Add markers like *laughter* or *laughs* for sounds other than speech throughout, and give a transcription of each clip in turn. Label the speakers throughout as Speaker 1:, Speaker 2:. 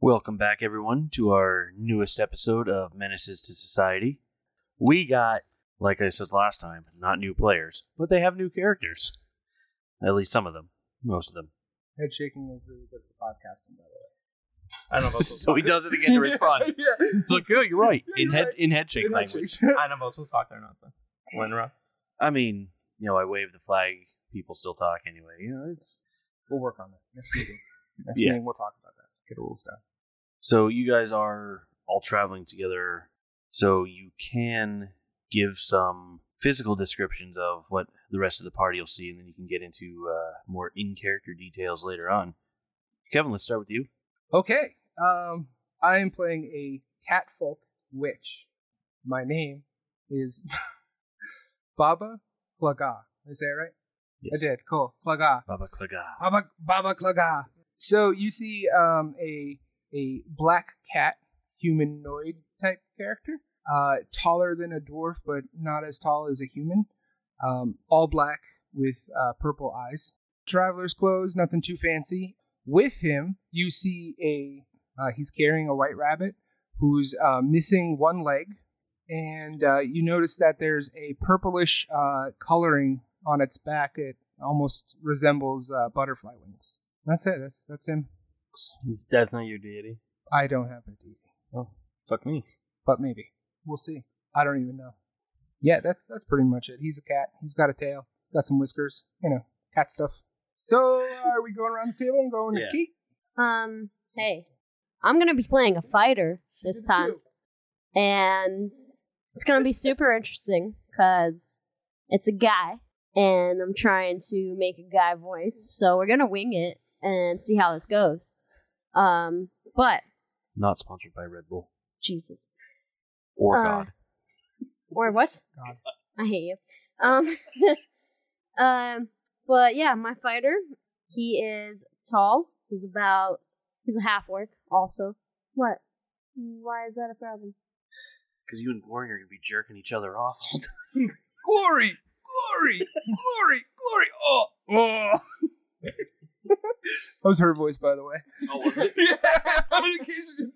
Speaker 1: Welcome back, everyone, to our newest episode of Menaces to Society. We got, like I said last time, not new players, but they have new characters. At least some of them. Most
Speaker 2: *laughs*
Speaker 1: of them.
Speaker 2: Head shaking is really good for podcasting, by the
Speaker 3: I don't know.
Speaker 1: *laughs*
Speaker 3: If
Speaker 1: so he does it again
Speaker 2: *laughs*
Speaker 1: to
Speaker 2: way.
Speaker 1: respond.
Speaker 2: yeah.
Speaker 1: Look, yeah, you're right.
Speaker 2: Yeah,
Speaker 1: In
Speaker 2: you're
Speaker 1: head,
Speaker 2: right.
Speaker 1: in head shake
Speaker 2: In head
Speaker 1: language.
Speaker 2: *laughs* shakes.
Speaker 3: I don't know if supposed to talk there or not. Though. Winra.
Speaker 1: I mean, you know, I wave the flag. People still talk anyway. You know, it's
Speaker 2: we'll work on that
Speaker 1: *laughs*
Speaker 2: next meeting. Next
Speaker 1: Yeah.
Speaker 2: meeting, we'll talk about that. Get rules down.
Speaker 1: So you guys are all traveling together, so you can give some physical descriptions of what the rest of the party will see, and then you can get into uh, more in character details later on. Kevin, let's start with you.
Speaker 2: Okay. Um, I am playing a catfolk witch. My name is *laughs* Baba Claga. Did I say it right?
Speaker 1: Yes.
Speaker 2: I did. Cool. Claga.
Speaker 1: Baba Klaga.
Speaker 2: Baba Baba Claga. So you see um, a a black cat humanoid type character, uh, taller than a dwarf but not as tall as a human. Um, all black with uh, purple eyes. Traveler's clothes, nothing too fancy. With him, you see a uh, he's carrying a white rabbit who's uh, missing one leg, and uh, you notice that there's a purplish uh, coloring on its back. It almost resembles uh, butterfly wings. That's it. That's that's him.
Speaker 1: That's not your deity.
Speaker 2: I don't have a deity,
Speaker 1: Fuck me.
Speaker 2: but maybe we'll see. I don't even know. Yeah, that's that's pretty much it. He's a cat. He's got a tail. Got some whiskers. You know, cat stuff. So are we going around the table and going
Speaker 1: Yeah.
Speaker 2: to Keith?
Speaker 4: Um, hey, I'm gonna be playing a fighter this time, and it's gonna be super interesting because it's a guy, and I'm trying to make a guy voice. So we're gonna wing it and see how this goes. Um, but
Speaker 1: Not sponsored by Red Bull
Speaker 4: Jesus,
Speaker 1: or
Speaker 4: Uh,
Speaker 1: God.
Speaker 4: or what?
Speaker 2: God.
Speaker 4: I hate you. Um, *laughs* um, but yeah, my fighter. He is tall. He's about. He's a half orc. Also, what? Why is that a problem?
Speaker 1: Because you and Glory are going to be jerking each other off all time.
Speaker 2: Glory, glory, glory, glory. Oh, oh. *laughs* that was her voice, by the way.
Speaker 1: Oh, *laughs*
Speaker 2: *laughs* yeah, in case you didn't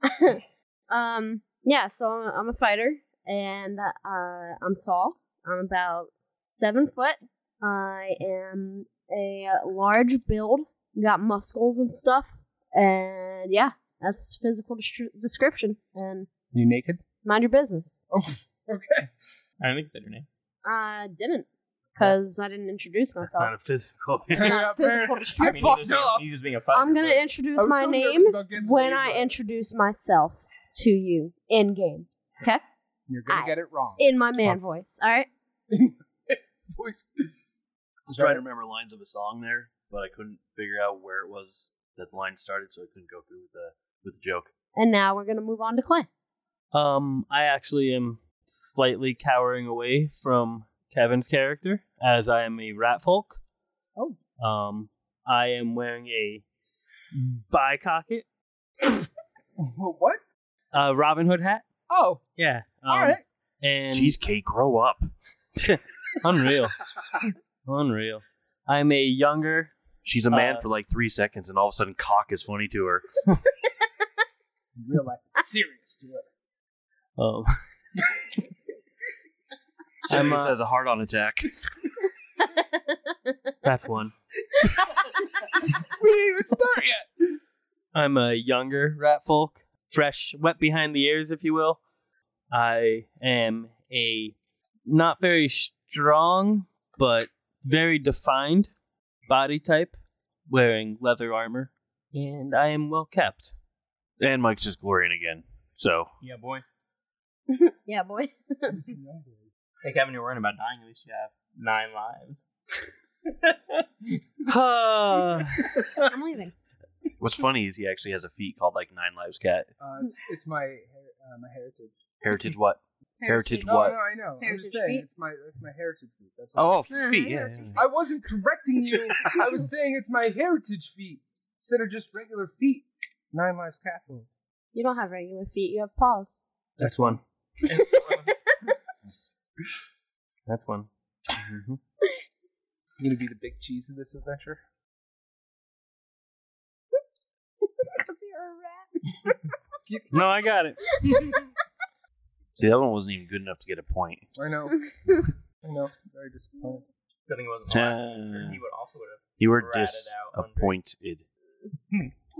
Speaker 2: notice.
Speaker 4: um yeah so i'm, I'm a fighter and uh, i'm tall i'm about seven foot i am a large build got muscles and stuff and yeah that's physical destri- description and
Speaker 2: You naked?
Speaker 4: mind your business
Speaker 2: Okay.
Speaker 3: I don't think you said your name.
Speaker 4: i didn't because i didn't introduce
Speaker 1: That's not
Speaker 4: myself
Speaker 1: a physical.
Speaker 4: It's not
Speaker 2: fair.
Speaker 4: physical
Speaker 2: I
Speaker 3: I
Speaker 4: description
Speaker 3: mean,
Speaker 2: fucked
Speaker 3: you just,
Speaker 2: up.
Speaker 3: You just being a
Speaker 4: i'm
Speaker 3: fucker, but-
Speaker 4: gonna
Speaker 2: I
Speaker 4: introduce
Speaker 2: was
Speaker 4: my
Speaker 2: so nervous
Speaker 4: name
Speaker 2: about getting the
Speaker 4: when
Speaker 2: name
Speaker 4: i
Speaker 2: right.
Speaker 4: introduce myself to you in game okay
Speaker 2: You're gonna
Speaker 4: I-
Speaker 2: get it wrong.
Speaker 4: in my man
Speaker 2: Awesome.
Speaker 4: voice all right
Speaker 2: voice. *laughs*
Speaker 1: I was trying to remember lines of a song there, but I couldn't figure out where it was that the line started, so I couldn't go through with the with the joke.
Speaker 4: and now we're gonna move on to *laughs* clay
Speaker 5: Um, I actually am slightly cowering away from Kevin's character as I am a rat folk.
Speaker 2: Oh.
Speaker 5: Um, I am wearing a bicocket,
Speaker 2: Well, what?
Speaker 5: uh, Robin Hood hat.
Speaker 2: Oh,
Speaker 5: Yeah. Um,
Speaker 2: all right.
Speaker 5: And
Speaker 1: Cheesecake, grow up.
Speaker 5: *laughs* unreal, unreal. I'm a younger.
Speaker 1: She's a man
Speaker 5: Uh,
Speaker 1: for like three seconds, and all of a sudden, cock is funny to her.
Speaker 2: In *laughs* real life, serious to it.
Speaker 5: Um,
Speaker 1: Serious
Speaker 5: uh,
Speaker 1: has a heart-on attack.
Speaker 5: *laughs* that's one.
Speaker 2: We didn't even
Speaker 6: *laughs*
Speaker 2: start yet.
Speaker 5: I'm a younger rat
Speaker 4: *laughs*
Speaker 2: *laughs*
Speaker 5: folk, fresh, wet behind the ears, if you will. I am a not very strong, but very defined body type, wearing leather armor, and I am well kept.
Speaker 1: And Mike's just glorying again. So
Speaker 3: Yeah, boy.
Speaker 2: *laughs*
Speaker 4: yeah boy
Speaker 2: Uh,
Speaker 3: Hey, Kevin, you're worrying about dying. At least you have nine
Speaker 5: *laughs*
Speaker 3: lives. *laughs*
Speaker 5: Ah.
Speaker 4: i'm leaving
Speaker 1: what's funny is he actually has a feat called like Nine Lives Cat
Speaker 2: Uh, it's, it's my her- uh, my heritage.
Speaker 1: Heritage. What? Heritage.
Speaker 2: No,
Speaker 1: What?
Speaker 2: no, I know. I'm
Speaker 4: Heritage
Speaker 2: just saying
Speaker 4: feat?
Speaker 2: it's my it's my heritage feat. That's what
Speaker 1: Oh,
Speaker 4: Uh-huh.
Speaker 1: feat. Yeah, yeah, yeah.
Speaker 2: I wasn't correcting
Speaker 4: *laughs*
Speaker 2: you. I was saying it's my heritage feat instead of just regular feet. Nine lives
Speaker 4: *laughs*
Speaker 2: capital.
Speaker 4: You don't have regular feet. You
Speaker 2: *laughs*
Speaker 4: have paws.
Speaker 5: That's one. That's one.
Speaker 2: You're gonna be the big cheese in this adventure.
Speaker 6: Because you're a rat.
Speaker 5: No, I got it.
Speaker 1: See, that one wasn't even good enough to get a point.
Speaker 2: I know. I know. Very disappointed.
Speaker 3: Good thing it wasn't the last one. He would also would have.
Speaker 1: You were
Speaker 3: Ratted out under.
Speaker 1: disappointed.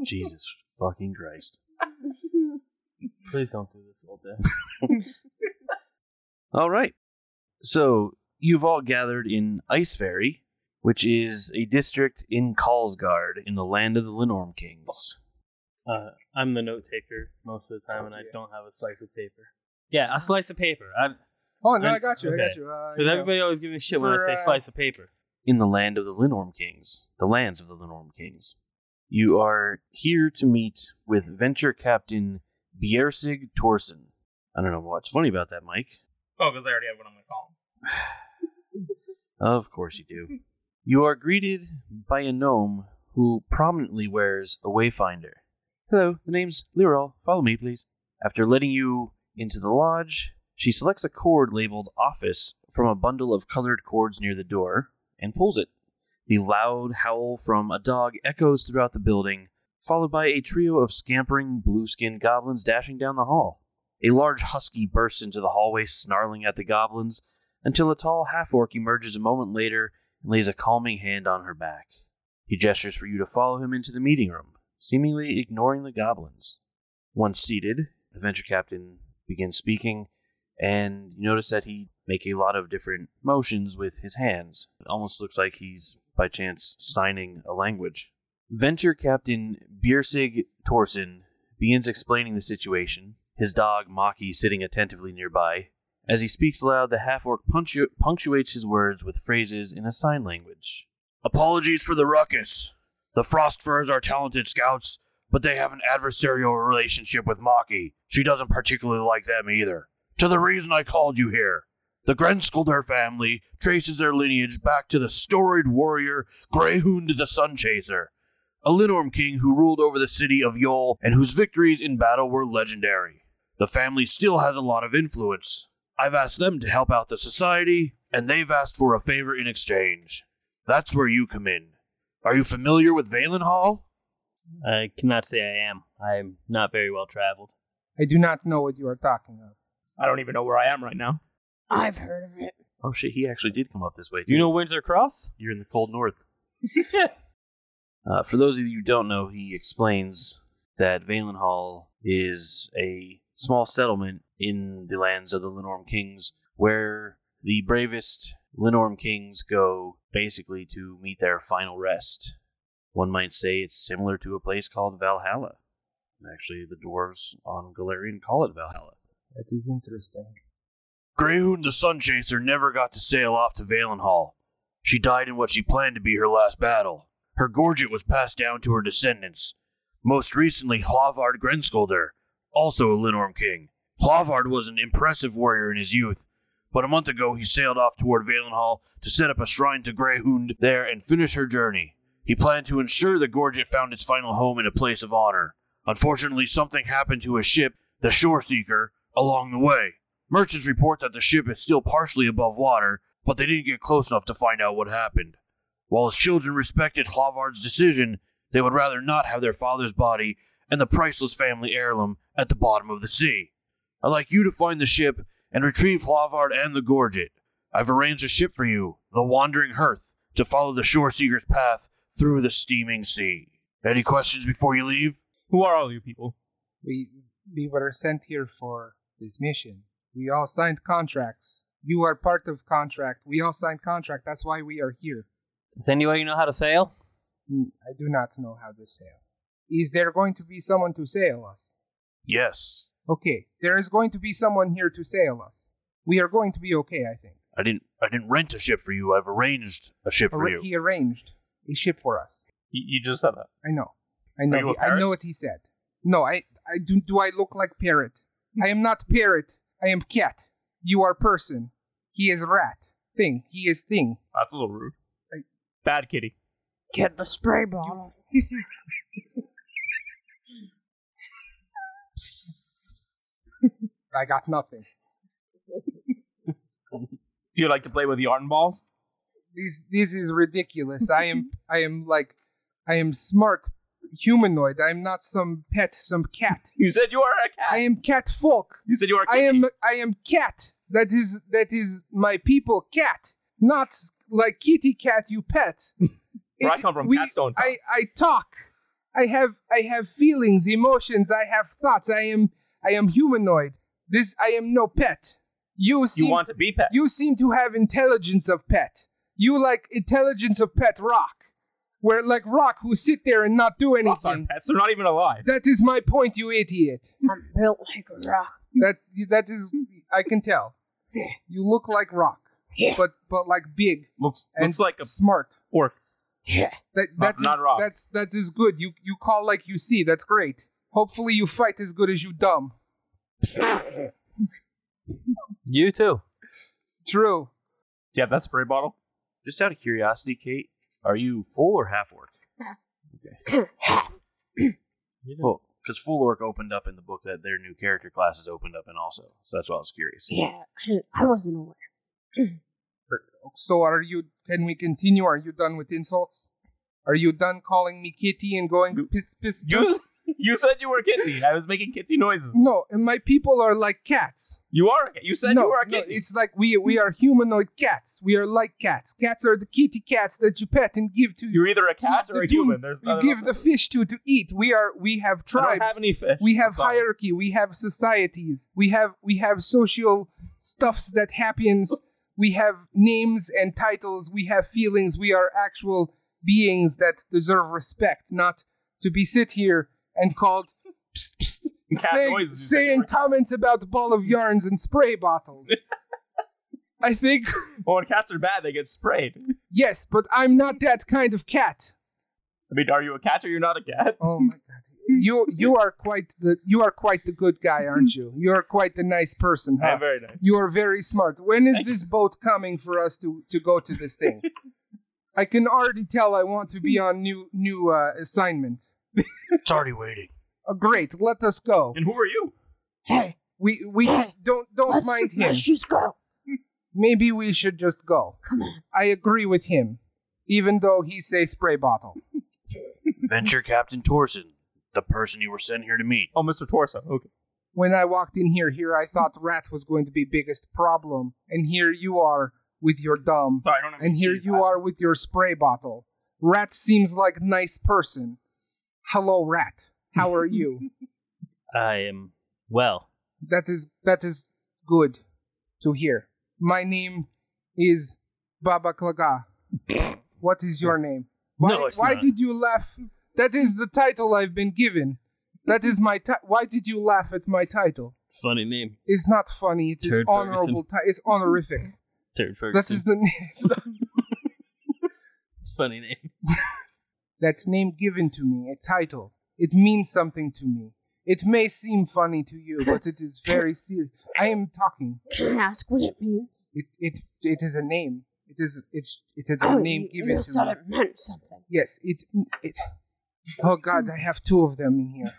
Speaker 1: Jesus fucking Christ.
Speaker 5: Please don't do this all day.
Speaker 1: All right. So you've all gathered in Ice Ferry, which is a district in Kalsgard in the land of the Linorm Kings.
Speaker 5: Uh, I'm the note taker most of the time, and I
Speaker 2: Yeah.
Speaker 5: don't have a slice of paper. Yeah, a slice of paper. I,
Speaker 2: Oh no,
Speaker 5: I-
Speaker 2: I got you. I
Speaker 5: okay.
Speaker 2: got you. Uh, you
Speaker 5: because
Speaker 2: know.
Speaker 5: everybody always gives me shit when I
Speaker 2: For,
Speaker 5: say
Speaker 2: uh,
Speaker 5: slice of paper.
Speaker 1: In the land of the Linorm Kings, the lands of the Linorm Kings. You are here to meet with Venture Captain Bjersig Torsen. I don't know what's funny about that, Mike.
Speaker 3: Oh, because I already have what I'm going to call him.
Speaker 1: Of course you do. You are greeted by a gnome who prominently wears a wayfinder. Hello, the name's Lirol. Follow me, please. After letting you into the lodge, she selects a cord labeled office from a bundle of colored cords near the door and pulls it. The loud howl from a dog echoes throughout the building, followed by a trio of scampering blue skinned goblins dashing down the hall. A large husky bursts into the hallway, snarling at the goblins, until a tall half orc emerges a moment later and lays a calming hand on her back. He gestures for you to follow him into the meeting room, seemingly ignoring the goblins. Once seated, the venture captain begins speaking, and you notice that he make a lot of different motions with his hands. It almost looks like he's by chance signing a language. Venture Captain Biersig Torsen begins explaining the situation, his dog Maki sitting attentively nearby, as he speaks aloud, the half orc punctu- punctuates his words with phrases in a sign language. Apologies for the ruckus. The Frostfurs are talented scouts, but they have an adversarial relationship with Maki. She doesn't particularly like them either. To the reason I called you here. The Grenskulder family traces their lineage back to the storied warrior Greyhound the Sun Chaser, a Linorm king who ruled over the city of Yol and whose victories in battle were legendary. The family still has a lot of influence, I've asked them to help out the society, and they've asked for a favor in exchange. That's where you come in. Are you familiar with Valen Hall?
Speaker 5: I cannot say I am. I'm not very well traveled.
Speaker 2: I do not know what you are talking of.
Speaker 3: I don't even know where I am right now.
Speaker 6: *laughs* I've heard of it.
Speaker 1: Oh shit, he actually did come up this way.
Speaker 5: You know Windsor Cross?
Speaker 1: you're in the cold north. Uh, for those of you who don't know, he explains that Valen Hall is a small settlement in the lands of the Linorm Kings where the bravest Linorm Kings go basically to meet their final rest. One might say it's similar to a place called Valhalla. And Actually, the dwarves on Galarian call it Valhalla.
Speaker 2: That is interesting.
Speaker 1: Greyhound the Sun Chaser never got to sail off to Valenhall. She died in what she planned to be her last battle. Her gorget was passed down to her descendants. Most recently, Hlavard Grenskolder, also a Linorm king. Hlavard was an impressive warrior in his youth, but a month ago he sailed off toward Valenhall to set up a shrine to Greyhound there and finish her journey. He planned to ensure the gorget found its final home in a place of honor. Unfortunately, something happened to his ship, the Shore Seeker, along the way. Merchants report that the ship is still partially above water, but they didn't get close enough to find out what happened. While his children respected Hlavard's decision, they would rather not have their father's body and the priceless family heirloom at the bottom of the sea. I'd like you to find the ship and retrieve Hlavard and the gorget. I've arranged a ship for you, the Wandering Hearth, to follow the shore seeker's path through the steaming sea. Any questions before you leave?
Speaker 5: Who are all you people?
Speaker 2: We we were sent here for this mission. We all signed contracts. You are part of contract. We all signed contract. That's why we are here.
Speaker 5: Does anybody know how to sail?
Speaker 2: Hmm, I do not know how to sail. Is there going to be someone to sail us?
Speaker 1: Yes.
Speaker 2: Okay, there is going to be someone here to sail us. We are going to be okay, I think.
Speaker 1: I didn't I didn't rent a ship for you. I've arranged a ship for
Speaker 2: Arra-
Speaker 1: you.
Speaker 2: He arranged a ship for us.
Speaker 3: You, you just said that.
Speaker 2: I know. I
Speaker 3: you
Speaker 2: know.
Speaker 3: a
Speaker 2: he- I
Speaker 3: parrot?
Speaker 2: know what he said. No, I, I do. Do I look like parrot? I am not parrot. I am cat. You are person. He is rat. Thing. He is thing. *laughs*
Speaker 3: That's a little rude.
Speaker 2: Like-
Speaker 3: Bad kitty.
Speaker 6: Get the spray bottle.
Speaker 2: I got nothing.
Speaker 3: You like to play with yarn balls?
Speaker 2: This this is ridiculous. I am I am like I am smart humanoid. I am not some pet, some cat.
Speaker 5: You said you are a
Speaker 2: I am cat folk.
Speaker 5: You said you are.
Speaker 2: I am I am cat. That is that is my people cat, not like kitty cat you pet.
Speaker 7: *laughs* Where I
Speaker 2: It-
Speaker 7: come from,
Speaker 2: we-
Speaker 7: cats don't.
Speaker 2: I, I talk. I have I have feelings, emotions. I have thoughts. I am I am humanoid. This I am no pet. You seem
Speaker 7: you want to be pet.
Speaker 2: you seem to have intelligence of pet. You like intelligence of pet rock, where like rock who sit there and not do
Speaker 7: Rocks aren't
Speaker 2: anything.
Speaker 7: pets. They're not even alive.
Speaker 2: That is my point, you idiot.
Speaker 6: I'm built like a rock.
Speaker 2: That that is I can tell. You look like rock, but but like big,
Speaker 7: Looks
Speaker 2: And-
Speaker 7: looks like a
Speaker 2: smart.
Speaker 7: orc.
Speaker 2: That
Speaker 7: Not-
Speaker 2: that is
Speaker 7: not wrong.
Speaker 2: that's that is good. You you call like you see. That's great. Hopefully you fight as good as you dumb.
Speaker 5: You too.
Speaker 2: True.
Speaker 7: Yeah, that spray bottle.
Speaker 1: Just out of curiosity, Kate, are you full or half orc? Full, because full orc opened up in the book that their new character classes opened up in also. So that's why I was curious.
Speaker 6: yeah, I, didn't- I wasn't aware.
Speaker 2: So are you? Can we continue? Are you done with insults? Are you done calling me kitty and going piss piss piss?
Speaker 7: You *laughs* you said you were kitsy. I was making kitsy noises.
Speaker 2: No, and my people are like cats.
Speaker 7: You are. a cat. You said
Speaker 2: no,
Speaker 7: you were a
Speaker 2: no,
Speaker 7: kitsy.
Speaker 2: it's like we we are humanoid cats. We are like cats. Cats are the kitty cats that you pet and give to
Speaker 7: You're either a cat
Speaker 2: You
Speaker 7: or a
Speaker 2: give the
Speaker 7: human. There's
Speaker 2: You give the fish to to eat. We are we have
Speaker 7: I don't
Speaker 2: tribes.
Speaker 7: have any fish.
Speaker 2: we have
Speaker 7: I'm sorry.
Speaker 2: hierarchy we have societies we have we have social stuffs that happens we have names and titles we have feelings we are actual beings that deserve respect not to be sit here and called psst, psst,
Speaker 7: Cat
Speaker 2: saying,
Speaker 7: noises, you said you
Speaker 2: saying
Speaker 7: were-
Speaker 2: comments about ball of yarns and spray bottles i think
Speaker 7: Well, when cats are bad, they get sprayed. *laughs* I
Speaker 2: yes but i'm not that kind of cat
Speaker 7: mean, are you a cat or you're not a cat?
Speaker 2: oh my god you you are quite the you are quite the good guy aren't you you are quite the nice person huh?
Speaker 7: I am very nice.
Speaker 2: You are very smart. When is this boat coming for us to, to go to this thing? I can already tell I want to be on new new uh, assignment.
Speaker 1: It's already waiting.
Speaker 2: Uh, great, let us go.
Speaker 7: And who are you?
Speaker 6: Hey,
Speaker 2: We we don't don't
Speaker 6: let's,
Speaker 2: mind him.
Speaker 6: let's just go.
Speaker 2: Maybe we should just go.
Speaker 6: Come on.
Speaker 2: I agree with him, even though he's a spray bottle.
Speaker 1: Venture Captain Torsen, the person you were sent here to meet.
Speaker 7: Oh, Mr. Torso. Okay.
Speaker 2: When I walked in here, here I thought rat was going to be biggest problem, and here you are with your dumb.
Speaker 7: Sorry, I don't have
Speaker 2: and
Speaker 7: any
Speaker 2: here
Speaker 7: cheese.
Speaker 2: you
Speaker 7: I-
Speaker 2: are with your spray bottle. Rat seems like nice person. Hello, rat. How are you?
Speaker 5: I am well.
Speaker 2: that is that is good to hear. My name is Baba Klaga. What is your name? Why,
Speaker 5: No, it's
Speaker 2: why
Speaker 5: not.
Speaker 2: did you laugh? That is the title I've been given. That is my. Ti- why did you laugh at my title?
Speaker 5: Funny name.
Speaker 2: It's not funny. It is
Speaker 5: Turd Ferguson.
Speaker 2: honorable. Ti- it's honorific.
Speaker 5: Third
Speaker 2: That is the *laughs* it's not-
Speaker 5: funny name.
Speaker 2: that name given to me, a title. It means something to me. It may seem funny to you, but it
Speaker 6: *coughs*
Speaker 2: is very serious. I am talking.
Speaker 6: Can I ask what it means?
Speaker 2: It it it is a name. It is it's it is a
Speaker 6: Oh,
Speaker 2: name
Speaker 6: you,
Speaker 2: given
Speaker 6: you
Speaker 2: to
Speaker 6: said
Speaker 2: me.
Speaker 6: it meant something.
Speaker 2: Yes, it it. Oh God, I have two of them in here.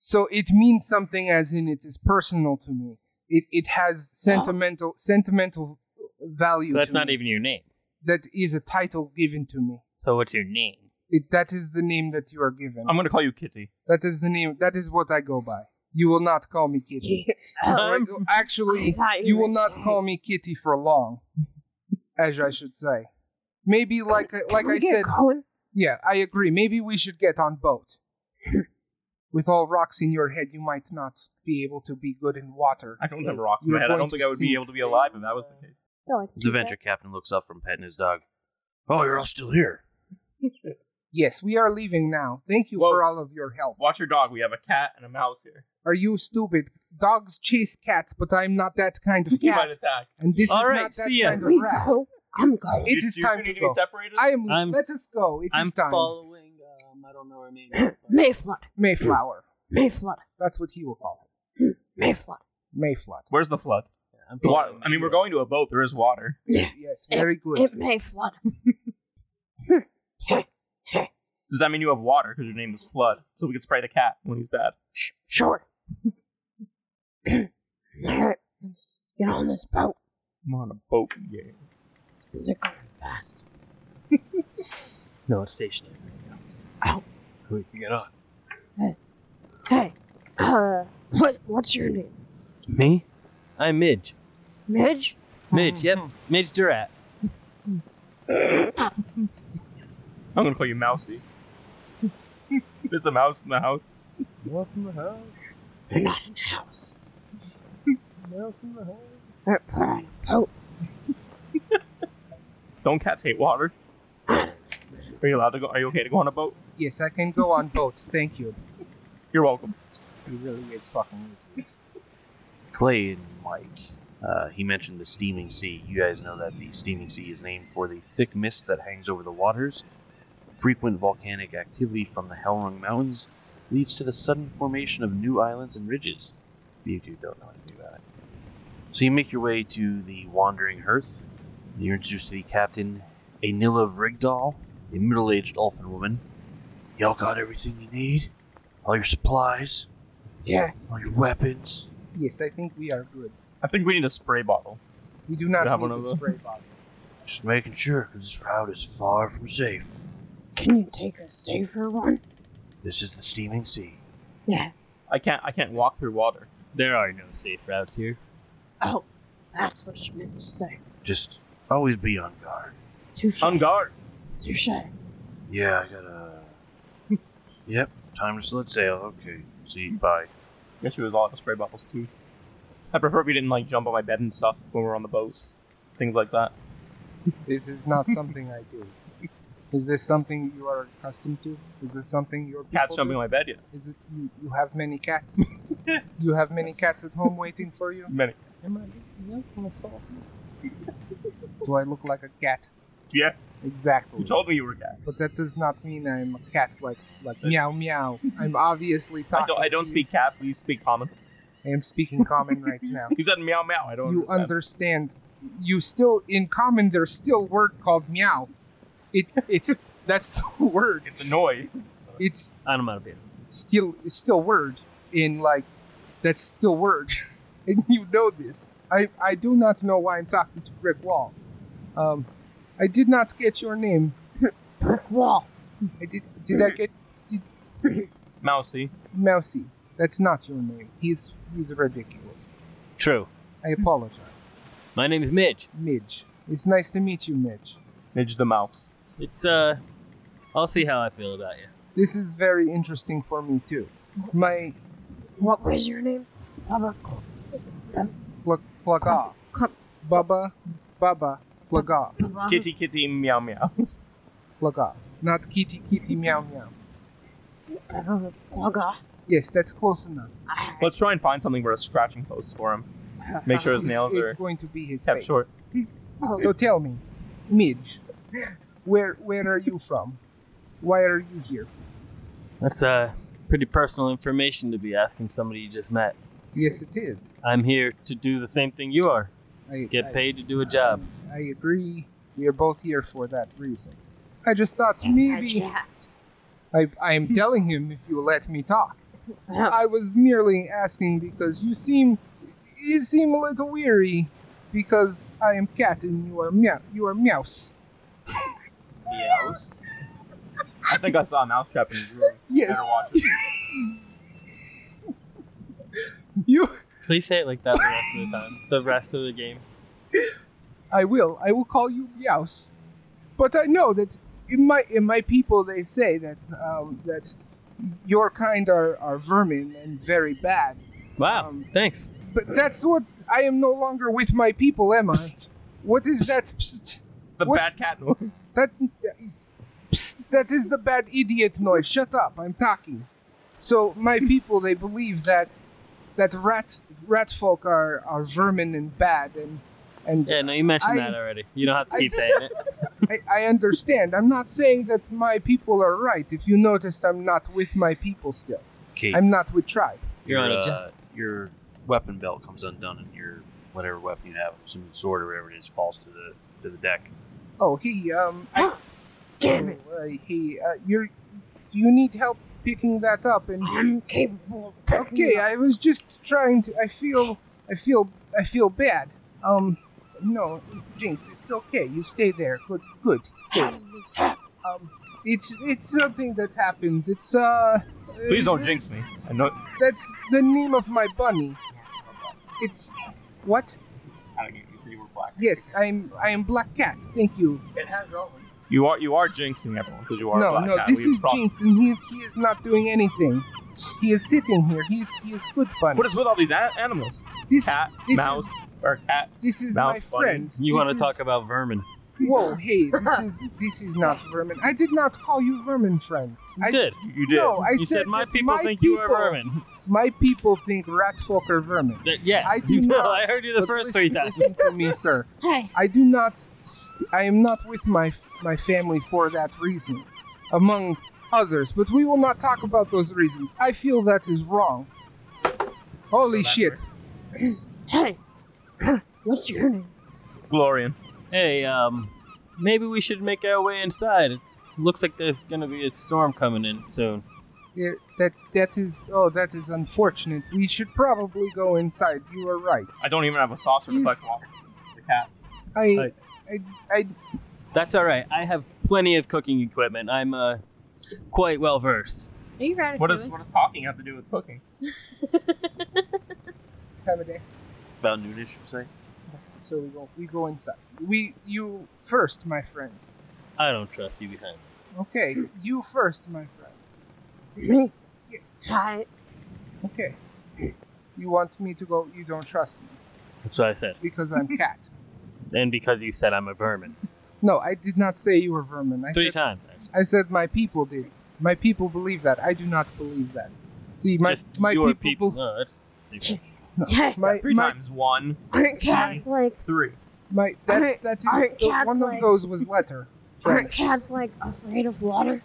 Speaker 2: So it means something, as in it is personal to me. It it
Speaker 6: Oh.
Speaker 2: has sentimental sentimental value.
Speaker 5: So that's
Speaker 2: to
Speaker 5: not
Speaker 2: me.
Speaker 5: even your name.
Speaker 2: That is a title given to me.
Speaker 5: So what's your name?
Speaker 2: It, that is the name that you are given.
Speaker 7: I'm going to call you Kitty.
Speaker 2: That is the name. That is what I go by. You will not call me Kitty.
Speaker 6: *laughs*
Speaker 2: Or-
Speaker 6: I
Speaker 2: Actually,
Speaker 6: thought you
Speaker 2: you
Speaker 6: were
Speaker 2: will not
Speaker 6: saying-
Speaker 2: call me Kitty for long, as I should say. Maybe like I- like
Speaker 6: Can we
Speaker 2: I
Speaker 6: get
Speaker 2: said,
Speaker 6: going?
Speaker 2: yeah, I agree. Maybe we should get on boat. With all rocks in your head, you might not be able to be good in water.
Speaker 7: I don't have rocks in
Speaker 2: You're
Speaker 7: my head. I
Speaker 2: going
Speaker 7: don't think
Speaker 2: to
Speaker 7: I would be
Speaker 2: sink.
Speaker 7: able to be alive if that was the case.
Speaker 6: Go on,
Speaker 1: The
Speaker 6: keep
Speaker 1: venture captain looks up from petting his dog. Oh, you're all still here.
Speaker 2: Yes, we are leaving now. Thank you
Speaker 7: Whoa.
Speaker 2: for all of your help.
Speaker 7: Watch your dog. We have a cat and a mouse here.
Speaker 2: Are you stupid? Dogs chase cats, but I'm not that kind of
Speaker 7: *laughs* You might
Speaker 2: cat.
Speaker 7: attack.
Speaker 2: And this
Speaker 5: All
Speaker 2: is
Speaker 5: right,
Speaker 2: not that
Speaker 5: see ya.
Speaker 2: kind
Speaker 6: that.
Speaker 2: of
Speaker 6: We
Speaker 2: rat.
Speaker 6: go. I'm going.
Speaker 2: It
Speaker 7: Do you-
Speaker 2: is
Speaker 7: do you two
Speaker 2: time to
Speaker 7: need to
Speaker 2: go.
Speaker 7: be separated?
Speaker 2: I am.
Speaker 5: I'm-
Speaker 2: let us go. It is
Speaker 5: I'm
Speaker 2: time.
Speaker 5: following. Um, I don't know her name.
Speaker 2: *coughs*
Speaker 6: Mayflood.
Speaker 2: Mayflower.
Speaker 6: Mayflood.
Speaker 2: That's what he will call it.
Speaker 6: Mayflood.
Speaker 2: Mayflood.
Speaker 7: Where's the flood?
Speaker 5: I'm
Speaker 7: The
Speaker 5: following
Speaker 7: water. I mean, we're
Speaker 5: you.
Speaker 7: going to a boat. There is water.
Speaker 2: Yes, very good.
Speaker 6: It may flood.
Speaker 7: Does that mean you have water because your name is Flood? So we can spray the cat when he's bad.
Speaker 6: Sh- sure. *clears throat* Alright, let's get on this boat.
Speaker 7: I'm on a boat. Yeah.
Speaker 6: These are going fast.
Speaker 1: No, it's stationary. So we can get on.
Speaker 6: Hey, uh, what what's your name?
Speaker 5: Me? I'm Midge.
Speaker 6: Midge?
Speaker 5: Midge, yep.
Speaker 2: Oh.
Speaker 5: Midge Durat.
Speaker 7: I'm gonna call you Mousy. *laughs* There's a mouse in the house.
Speaker 5: What's in the house?
Speaker 6: You're not in the house.
Speaker 5: Mouse in the house?
Speaker 6: We're, we're on a boat.
Speaker 7: Don't cats hate water? Are you allowed to go? Are you okay to go on a boat?
Speaker 2: Yes, I can go on boat. Thank you.
Speaker 7: You're welcome.
Speaker 2: He really is fucking.
Speaker 1: Clay and Mike. Uh, he mentioned the steaming sea. You guys know that the steaming sea is named for the thick mist that hangs over the waters. Frequent volcanic activity from the Hellrung Mountains leads to the sudden formation of new islands and ridges. You two don't know anything about it. So you make your way to the Wandering Hearth. You're introduced to the captain, Anila Vrigdal, a middle aged elfin woman. Y'all got everything you need? All your supplies?
Speaker 2: Yeah.
Speaker 1: All your weapons?
Speaker 2: Yes, I think we are good.
Speaker 7: I think we need a spray bottle.
Speaker 2: We do not
Speaker 7: You have
Speaker 2: need
Speaker 7: one of
Speaker 2: the
Speaker 7: those?
Speaker 2: spray bottle.
Speaker 1: Just making sure, 'cause this route is far from safe.
Speaker 6: Can you take a safer one?
Speaker 1: This is the steaming sea.
Speaker 6: Yeah.
Speaker 7: I can't. I can't walk through water.
Speaker 5: There are no safe routes here.
Speaker 6: Oh, that's what she meant to say.
Speaker 1: Just always be on guard.
Speaker 6: Touche.
Speaker 2: Um,
Speaker 7: On guard.
Speaker 6: Touche.
Speaker 1: Yeah, I gotta. *laughs* yep, time to set sail. Okay, see you. Bye.
Speaker 7: Yes, she was all out of spray bottles too. I prefer we didn't like jump on my bed and stuff when we are on the boat, things like that.
Speaker 2: This is
Speaker 7: *laughs*
Speaker 2: not something I do. Is this something you are accustomed to? Is this something your people
Speaker 7: Cats jumping
Speaker 2: do?
Speaker 7: on my bed, yeah.
Speaker 2: Is it you, you have many
Speaker 7: *laughs*
Speaker 2: cats? you have many cats at home waiting for you?
Speaker 7: Many.
Speaker 2: Do I look like a cat?
Speaker 7: Yes.
Speaker 2: Exactly.
Speaker 7: You told me you were a cat.
Speaker 2: But that does not mean I'm a cat like like meow meow. I'm obviously talking.
Speaker 7: I don't. I don't
Speaker 2: to you.
Speaker 7: speak cat. Please speak *laughs* common.
Speaker 2: I am speaking common
Speaker 7: *laughs*
Speaker 2: right now.
Speaker 7: He said meow meow. I don't
Speaker 2: you
Speaker 7: understand.
Speaker 2: understand. You still in common. There's still a word called meow. It
Speaker 7: *laughs*
Speaker 2: it's that's the word.
Speaker 7: it's a noise.
Speaker 2: It's
Speaker 5: I don't know.
Speaker 2: still it's still word in like that's still word, *laughs* and you know this. I I do not know why I'm talking to brick wall. Um, I did not get your name.
Speaker 6: Brick wall.
Speaker 2: I did did I get
Speaker 7: Mousy.
Speaker 2: Mousy? That's not your name. He's he's ridiculous.
Speaker 5: True.
Speaker 2: I apologize,
Speaker 5: My name is Midge.
Speaker 2: Midge. It's nice to meet you, Midge.
Speaker 7: Midge the mouse.
Speaker 5: It's uh, I'll see how I feel about you.
Speaker 2: This is very interesting for me too. My
Speaker 6: What was your name? Baba Cl-
Speaker 2: pluck pluck off.
Speaker 6: Cluck.
Speaker 2: Baba Baba pluck off.
Speaker 6: Baba-
Speaker 7: Kitty kitty meow meow.
Speaker 2: Pluck off. Not kitty kitty meow meow.
Speaker 6: Baba Clucka.
Speaker 2: Yes, that's close enough.
Speaker 7: Let's try and find something with a scratching post for him. Make *laughs* sure his
Speaker 2: It's-
Speaker 7: nails
Speaker 2: it's
Speaker 7: are
Speaker 2: going to be his
Speaker 7: kept
Speaker 2: face.
Speaker 7: short.
Speaker 6: Oh,
Speaker 2: So tell me, Midge, where where are you from? Why are you here?
Speaker 5: That's uh, pretty personal information to be asking somebody you just met.
Speaker 2: Yes, it is.
Speaker 5: I'm here to do the same thing you are.
Speaker 2: I I,
Speaker 5: Get paid to do a job.
Speaker 2: Um, I agree. We are both here for that reason. I just thought
Speaker 6: so how'd you
Speaker 2: maybe
Speaker 6: ask?
Speaker 2: I, I am telling him if you let me talk. I was merely asking because you seem you seem a little weary because I am cat and you are meow you are mouse.
Speaker 7: Meows. I think I saw a mouse trap in his room.
Speaker 2: Yes,
Speaker 7: Better watch it.
Speaker 2: *laughs* you.
Speaker 5: Please say it like that the rest of the time. The rest of the game.
Speaker 2: I will. I will call you mouse. But I know that in my in my people they say that um, that your kind are, are vermin and very bad.
Speaker 5: Wow.
Speaker 2: Um,
Speaker 5: Thanks.
Speaker 2: But that's what I am no longer with my people, am I? What is that?
Speaker 7: It's the
Speaker 2: What?
Speaker 7: bad cat noise.
Speaker 2: That Psst, that is the bad idiot noise. Shut up! I'm talking. So my people they believe that that rat rat folk are, are vermin and bad and and
Speaker 5: Yeah. No, you mentioned
Speaker 2: I-
Speaker 5: that already. You don't have to
Speaker 2: I-
Speaker 5: keep saying it.
Speaker 2: I, I understand. I'm not saying that my people are right. If you noticed, I'm not with my people still.
Speaker 1: Okay,
Speaker 2: I'm not with tribe.
Speaker 5: You're on a
Speaker 1: your,
Speaker 5: jet.
Speaker 1: uh, your weapon belt comes undone, and your whatever weapon you have, some sword or whatever it is, falls to the to the deck.
Speaker 2: Oh, he um.
Speaker 6: Damn it.
Speaker 2: Uh, he uh, you're you need help picking that up and.
Speaker 6: I'm capable of picking
Speaker 2: Okay,
Speaker 6: up.
Speaker 2: I was just trying to. I feel, I feel, I feel bad. Um, no, Jinx, it's okay. You stay there. Good, good.
Speaker 6: How did this happen?
Speaker 2: Um, it's it's something that happens. It's uh.
Speaker 7: Please don't jinx me. I know.
Speaker 2: That's the name of my bunny. It's what?
Speaker 7: I don't get you said you were black.
Speaker 2: Yes, I'm I am Black Cat. Thank you.
Speaker 3: It has relevance.
Speaker 7: You are you are jinxing everyone because you are a
Speaker 2: no,
Speaker 7: black
Speaker 2: no,
Speaker 7: guy.
Speaker 2: this
Speaker 7: We have
Speaker 2: is
Speaker 7: prob-
Speaker 2: Jinx, and he he is not doing anything. He is sitting here. He's he is foot bunny.
Speaker 7: What is with all these a- animals?
Speaker 2: this
Speaker 7: Cat,
Speaker 2: this
Speaker 7: mouse, or cat,
Speaker 2: this is
Speaker 7: mouse,
Speaker 2: my
Speaker 7: bunny.
Speaker 2: friend.
Speaker 5: You
Speaker 2: This
Speaker 5: want to
Speaker 2: is-
Speaker 5: talk about vermin? *laughs*
Speaker 2: Whoa, hey, this is this is not vermin. I did not call you vermin, friend. I,
Speaker 5: You did.
Speaker 7: You did.
Speaker 2: No, I
Speaker 5: you
Speaker 2: said,
Speaker 5: said my
Speaker 2: that
Speaker 5: people
Speaker 2: my
Speaker 5: think you are
Speaker 2: people-
Speaker 5: vermin.
Speaker 2: My people think rat folk are vermin.
Speaker 5: That- yes. *laughs*
Speaker 2: I do
Speaker 5: you know,
Speaker 2: not,
Speaker 5: I heard you the
Speaker 2: But
Speaker 5: first
Speaker 2: listen,
Speaker 5: three times.
Speaker 2: Listen to me, sir.
Speaker 6: Hey.
Speaker 2: I do not. St- I am not with my my family for that reason, among others. But we will not talk about those reasons. I feel that is wrong. Holy shit!
Speaker 6: Hey. What's your name?
Speaker 7: Glorian.
Speaker 5: Hey, um, maybe we should make our way inside. It looks like there's gonna be a storm coming in soon.
Speaker 2: Yeah, that that is oh that is unfortunate. We should probably go inside. You are right.
Speaker 7: I don't even have a saucer to
Speaker 2: He's-
Speaker 7: collect water. The cat.
Speaker 2: I I, I
Speaker 5: That's all right. I have plenty of cooking equipment. I'm uh, quite well versed.
Speaker 6: Are you ready?
Speaker 7: What does what does talking have to do with cooking?
Speaker 2: have a day.
Speaker 1: About noonish, say.
Speaker 2: So we go we go inside. We you first, my friend.
Speaker 5: I don't trust you behind. me.
Speaker 2: Okay, you first, my friend.
Speaker 6: Me.
Speaker 2: Yes.
Speaker 6: Hi.
Speaker 2: Okay. You want me to go? You don't trust me
Speaker 5: That's what I said.
Speaker 2: because I'm
Speaker 6: *laughs*
Speaker 2: cat.
Speaker 5: And because you said I'm a vermin
Speaker 2: No, I did not say you were vermin. I
Speaker 5: three
Speaker 2: said,
Speaker 5: times.
Speaker 2: I said my people did. My people believe that. I do not believe that. See, my
Speaker 5: Just
Speaker 2: my
Speaker 5: your
Speaker 2: people,
Speaker 5: people.
Speaker 2: be-
Speaker 5: No,
Speaker 2: *laughs*
Speaker 5: that's-
Speaker 6: Hey.
Speaker 2: my,
Speaker 7: Three
Speaker 2: my,
Speaker 7: times one,
Speaker 6: Aren't cats like
Speaker 7: three. *laughs*
Speaker 2: my that
Speaker 6: Aren't-
Speaker 2: that is
Speaker 6: aren't
Speaker 2: the-
Speaker 6: cats
Speaker 2: one of
Speaker 6: like-
Speaker 2: those was letter.
Speaker 6: *laughs* aren't cats like afraid of water?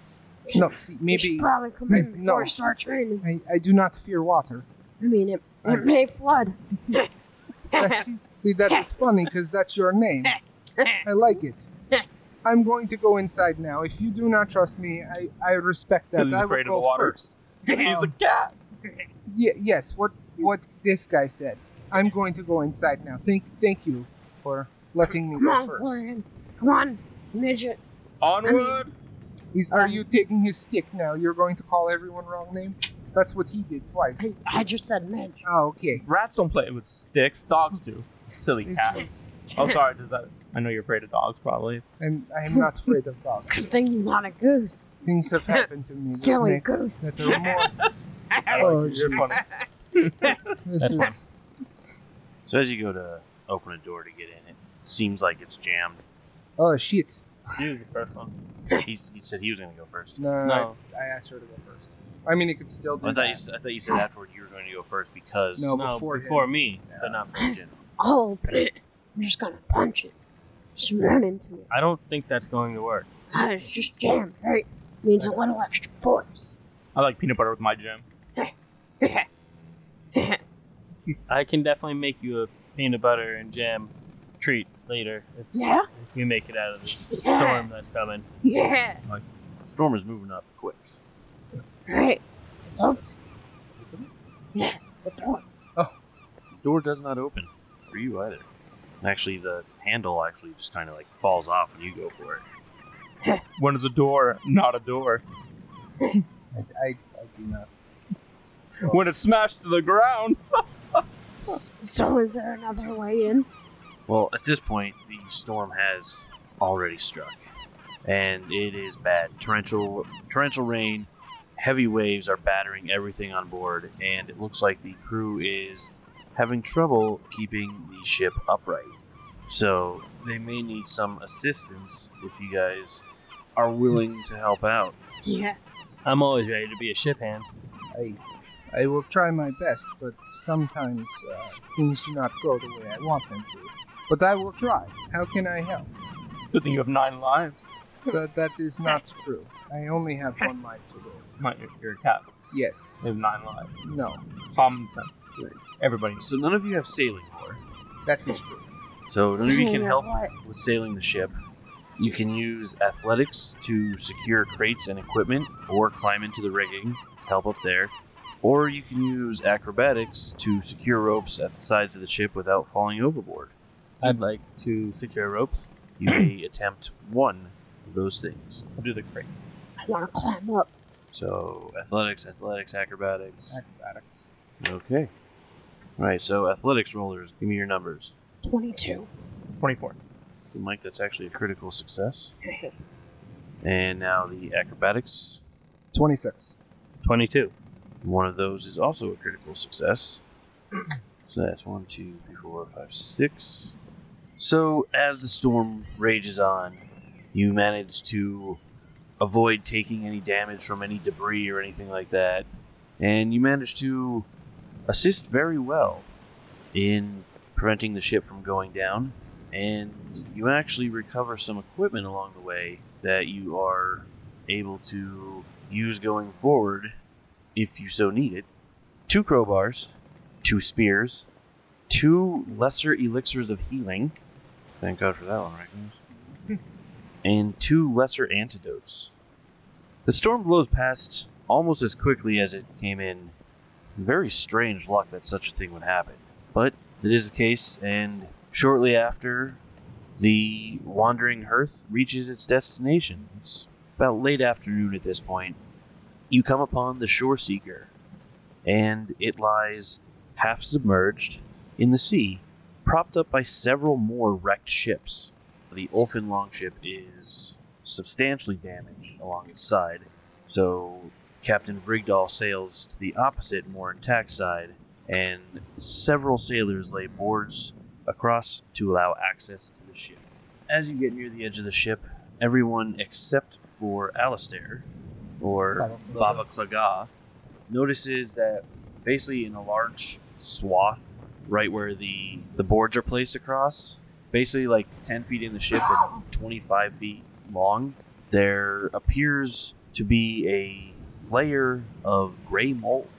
Speaker 2: No, see,
Speaker 6: We should
Speaker 2: maybe
Speaker 6: probably come
Speaker 2: may-
Speaker 6: in before
Speaker 2: no.
Speaker 6: we start training.
Speaker 2: I, I do not fear water.
Speaker 6: I mean it, it may flood.
Speaker 2: See, that is funny because that's your name. I like it. I'm going to go inside now. If you do not trust me, I, I respect that.
Speaker 7: Because he's
Speaker 2: I will
Speaker 7: afraid of
Speaker 2: go
Speaker 7: water.
Speaker 2: first.
Speaker 7: He's
Speaker 2: Um,
Speaker 7: a cat.
Speaker 2: Ye- yes, what what this guy said. I'm going to go inside now. Thank thank you for letting me
Speaker 6: Come
Speaker 2: go
Speaker 6: on,
Speaker 2: first.
Speaker 6: Florian. Come on, midget.
Speaker 7: Onward.
Speaker 2: He's, are you taking his stick now? You're going to call everyone wrong name? That's what he did twice.
Speaker 6: I, I just said midget.
Speaker 2: Oh, okay.
Speaker 7: Rats don't play with sticks. Dogs do. Silly
Speaker 2: This
Speaker 7: cat.
Speaker 2: was-
Speaker 7: Oh, sorry. Does that? I know you're afraid of dogs, probably.
Speaker 3: *laughs*
Speaker 2: I'm, I am not afraid of dogs.
Speaker 6: Good thing he's not a goose.
Speaker 2: Things have happened to me. that
Speaker 6: Silly
Speaker 2: make-
Speaker 6: goose.
Speaker 2: That are more.
Speaker 3: *laughs*
Speaker 2: Oh, jeez. This
Speaker 5: That's
Speaker 2: is-
Speaker 5: fine.
Speaker 1: So as you go to open a door to get in, it seems like it's jammed. *coughs*
Speaker 2: Oh, shit.
Speaker 7: He was the first one.
Speaker 1: He's, he said he was going to go first.
Speaker 2: No,
Speaker 5: No.
Speaker 2: I, I asked her to go first. I mean, it could still do
Speaker 1: I thought, you,
Speaker 2: that.
Speaker 1: s- I thought you said afterward you were going to go first because
Speaker 2: No,
Speaker 5: No,
Speaker 2: before
Speaker 5: before,
Speaker 2: him.
Speaker 5: me, but not before *coughs* Jin.
Speaker 6: I'll open Oh, it. I'm just gonna punch it. Just run into it.
Speaker 5: I don't think that's going to work.
Speaker 6: Ah, it's just jammed, right? Needs a little extra force.
Speaker 7: I like peanut butter with my jam.
Speaker 5: I can definitely make you a peanut butter and jam treat later if,
Speaker 6: Yeah?
Speaker 5: if we make it out of this
Speaker 6: Yeah.
Speaker 5: storm that's coming.
Speaker 6: Yeah.
Speaker 1: storm is moving up quick.
Speaker 6: Alright. It's open. Yeah. The door.
Speaker 1: The door does not open for you either. And actually, the handle actually just kind of like falls off when you go for it.
Speaker 7: When is a door not a door?
Speaker 2: I, I, I do not.
Speaker 7: When it's smashed to the ground.
Speaker 6: S- So is there another way in?
Speaker 1: Well, at this point, the storm has already struck, and it is bad. Torrential, torrential rain, heavy waves are battering everything on board, and it looks like the crew is having trouble keeping the ship upright. So they may need some assistance if you guys are willing to help out.
Speaker 6: Yeah.
Speaker 5: I'm always ready to be a ship hand.
Speaker 2: I, I will try my best, but sometimes uh, things do not go the way I want them to. But I will try. How can I help?
Speaker 7: Good thing you have nine lives.
Speaker 2: that, that is
Speaker 1: *laughs*
Speaker 2: not true. I only have one life to live.
Speaker 7: Not your, your cat.
Speaker 2: Yes.
Speaker 7: You have nine lives.
Speaker 2: No.
Speaker 7: Common sense. Everybody. knows.
Speaker 1: So none of you have sailing lore,
Speaker 2: That is true.
Speaker 1: so none of you
Speaker 6: Saying
Speaker 1: can
Speaker 6: that
Speaker 1: help
Speaker 6: What?
Speaker 1: with sailing the ship. You can use athletics to secure crates and equipment, or climb into the rigging to help up there. Or you can use acrobatics to secure ropes at the sides of the ship without falling overboard.
Speaker 5: I'd like to secure ropes.
Speaker 1: *clears throat* You may attempt one those things.
Speaker 7: I'll do the cranes.
Speaker 6: I want to climb up.
Speaker 1: So athletics, athletics, acrobatics.
Speaker 7: Acrobatics.
Speaker 1: Okay. All right. So athletics rollers. Give me your numbers.
Speaker 6: 22.
Speaker 7: 24.
Speaker 1: Mike, that's actually a critical success. *laughs* and now the acrobatics.
Speaker 2: 26.
Speaker 5: 22.
Speaker 1: One of those is also a critical success. So that's one, two, three, four, five, six. So as the storm rages on, you manage to avoid taking any damage from any debris or anything like that, and you manage to assist very well in preventing the ship from going down. And you actually recover some equipment along the way that you are able to use going forward if you so need it, two crowbars, two spears, two lesser elixirs of healing. Thank God for that one, right? guys? and two lesser antidotes. The storm blows past almost as quickly as it came in. Very strange luck that such a thing would happen. But it is the case, and shortly after, the wandering hearth reaches its destination. It's about late afternoon at this point you come upon the Shore Seeker, and it lies half submerged in the sea, propped up by several more wrecked ships. The Ulfin longship is substantially damaged along its side, so Captain Brigdahl sails to the opposite, more intact side, and several sailors lay boards across to allow access to the ship. As you get near the edge of the ship, everyone except for Alistair, or Baba Klaga notices that basically in a large swath right where the, the boards are placed across, basically like 10 feet in the ship and 25 feet long, there appears to be a layer of gray mold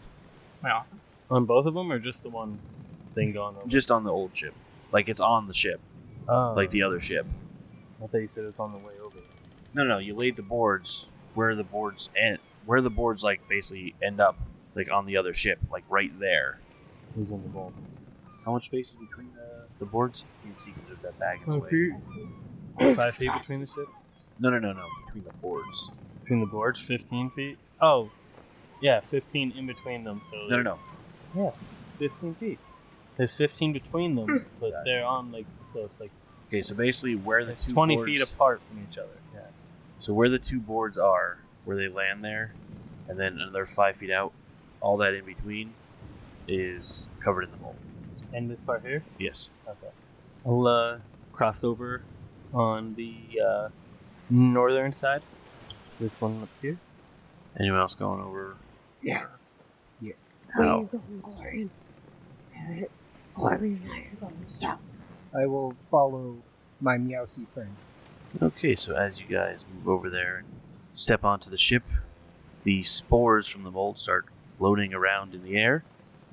Speaker 5: On both of them, or just the one thing going on?
Speaker 1: just on the old ship. Like it's on the ship,
Speaker 5: Oh.
Speaker 1: like the other ship.
Speaker 5: I thought you said it's on the way over.
Speaker 1: No, no, you laid the boards where the boards end, where the boards like basically end up, like on the other ship, like right there.
Speaker 5: Who's on the ball?
Speaker 1: How much space is between the, the boards? You can see 'cause there's that bag in
Speaker 7: Oh,
Speaker 1: the way.
Speaker 5: Five feet between the ship?
Speaker 1: No, no, no, no. Between the boards.
Speaker 5: Between the boards? 15 feet? Oh. Yeah, 15 in between them. So
Speaker 1: No, no, no.
Speaker 5: 15 feet. There's 15 between them, but they're on like close, like
Speaker 1: Okay, so basically where the
Speaker 5: it's
Speaker 1: two
Speaker 5: 20
Speaker 1: boards,
Speaker 5: feet apart from each other. Yeah.
Speaker 1: So where the two boards are, where they land there, and then another five feet out, all that in between is covered in the mold.
Speaker 5: And this part here,
Speaker 1: Yes.
Speaker 5: I'll uh, cross over on the uh, northern side. This one up here.
Speaker 1: Anyone else going over?
Speaker 2: Yes.
Speaker 6: Where are
Speaker 1: How?
Speaker 6: you going, Glorian? Alright. Glorian and I are going south.
Speaker 2: I will follow my Meowsy friend.
Speaker 1: Okay, so as you guys move over there and step onto the ship, the spores from the mold start floating around in the air,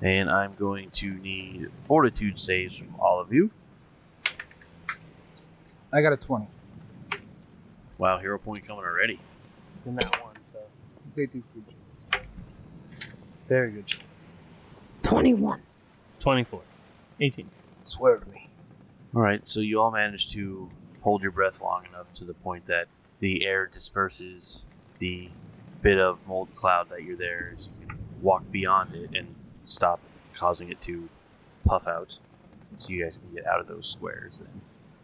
Speaker 1: and I'm going to need fortitude saves from all of you.
Speaker 2: I got a 20.
Speaker 1: Wow, hero point coming already.
Speaker 5: In that one, so
Speaker 2: They do good jobs.
Speaker 5: very good.
Speaker 6: 21.
Speaker 5: 24. 18.
Speaker 2: Swear to me.
Speaker 1: All right, so you all manage to hold your breath long enough to the point that the air disperses the bit of mold cloud that you're there as you can walk beyond it and stop causing it to puff out so you guys can get out of those squares then.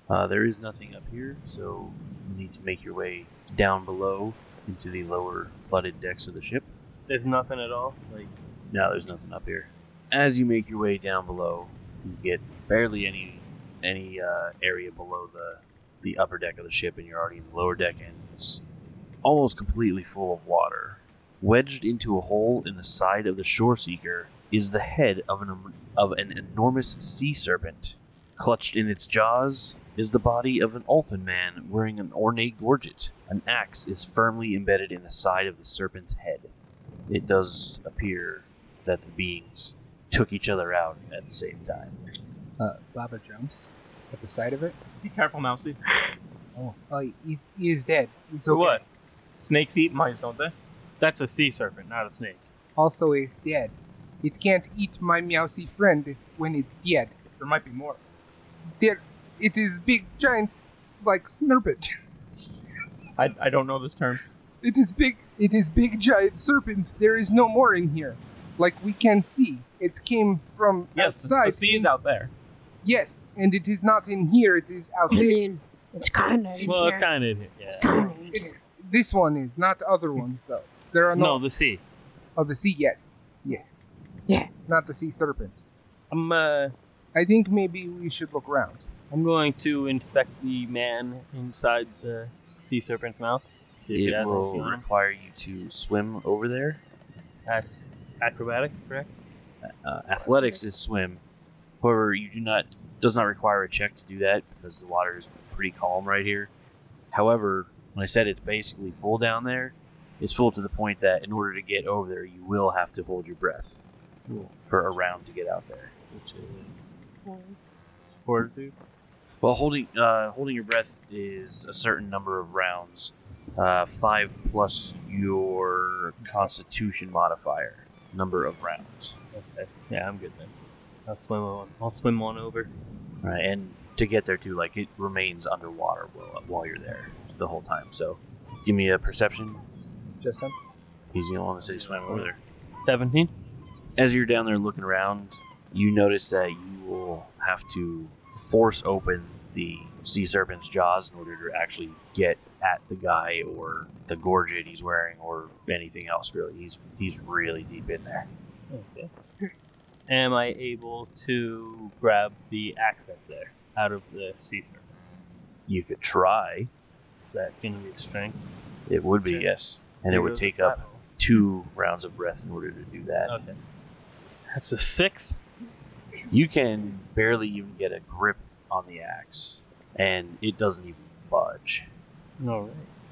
Speaker 1: Uh, there is nothing up here, so you need to make your way down below into the lower flooded decks of the ship.
Speaker 5: There's nothing at all. Like
Speaker 1: No, there's nothing up here. As you make your way down below, you get barely any any uh, area below the the upper deck of the ship, and you're already in the lower deck, and it's almost completely full of water. Wedged into a hole in the side of the shore seeker is the head of an em- of an enormous sea serpent. Clutched in its jaws is the body of an Ulfin man wearing an ornate gorget. An axe is firmly embedded in the side of the serpent's head. It does appear that the beings took each other out at the same time.
Speaker 2: Uh, Baba jumps at the side of it.
Speaker 7: Be careful, Mousy.
Speaker 2: Oh, oh he, he is dead. He's okay.
Speaker 5: what?
Speaker 7: Snakes eat mice, don't they?
Speaker 5: That's a sea serpent, not a snake.
Speaker 2: Also is dead. It can't eat my Meowsy friend when it's dead.
Speaker 7: There might be more.
Speaker 2: There, it is big giants like Snurpit.
Speaker 7: I, I don't know this term.
Speaker 2: *laughs* It is big. It is big giant serpent. There is no more in here. Like we can see, it came from
Speaker 7: Yes, the, the
Speaker 2: outside.
Speaker 7: sea is out there.
Speaker 2: Yes, and it is not in here. It is out
Speaker 6: I
Speaker 2: there.
Speaker 6: mean, it's kind of.
Speaker 5: Well, it's kind of in here. Yeah.
Speaker 6: kind of.
Speaker 2: It's this one is not the other ones though. There are no,
Speaker 5: No, the sea.
Speaker 2: of the sea. Yes, yes.
Speaker 6: Yeah.
Speaker 2: Not the sea serpent.
Speaker 5: I'm uh,
Speaker 2: I think maybe we should look round.
Speaker 5: I'm going to inspect the man inside the sea serpent's mouth. See if he has
Speaker 1: It
Speaker 5: any
Speaker 1: will
Speaker 5: feeling.
Speaker 1: require you to swim over there.
Speaker 5: That's acrobatics, correct?
Speaker 1: Uh, athletics is swim. However, you do not does not require a check to do that because the water is pretty calm right here. However, when I said it's basically full down there, it's full to the point that in order to get over there, you will have to hold your breath for a round to get out there. Which is
Speaker 5: Fortitude.
Speaker 1: Well, holding uh, holding your breath is a certain number of rounds, uh, five plus your Constitution modifier number of rounds.
Speaker 5: Okay. Yeah, I'm good then. I'll swim on. I'll swim on over.
Speaker 1: All right, and to get there too, like it remains underwater while, while you're there the whole time. So, give me a perception.
Speaker 7: Just him.
Speaker 1: He's the only one that said he swam over there.
Speaker 5: Seventeen.
Speaker 1: As you're down there looking around, you notice that you will have to force open the sea serpent's jaws in order to actually get at the guy or the gorget he's wearing or anything else really. He's he's really deep in there.
Speaker 5: Okay. Am I able to grab the axe that's there out of the sea serpent?
Speaker 1: You could try.
Speaker 5: Is that gonna be strength?
Speaker 1: It would be
Speaker 5: Okay.
Speaker 1: yes, and it would take up two rounds of breath in order to do that.
Speaker 5: Okay. That's a six.
Speaker 1: You can barely even get a grip on the axe, and it doesn't even budge.
Speaker 5: All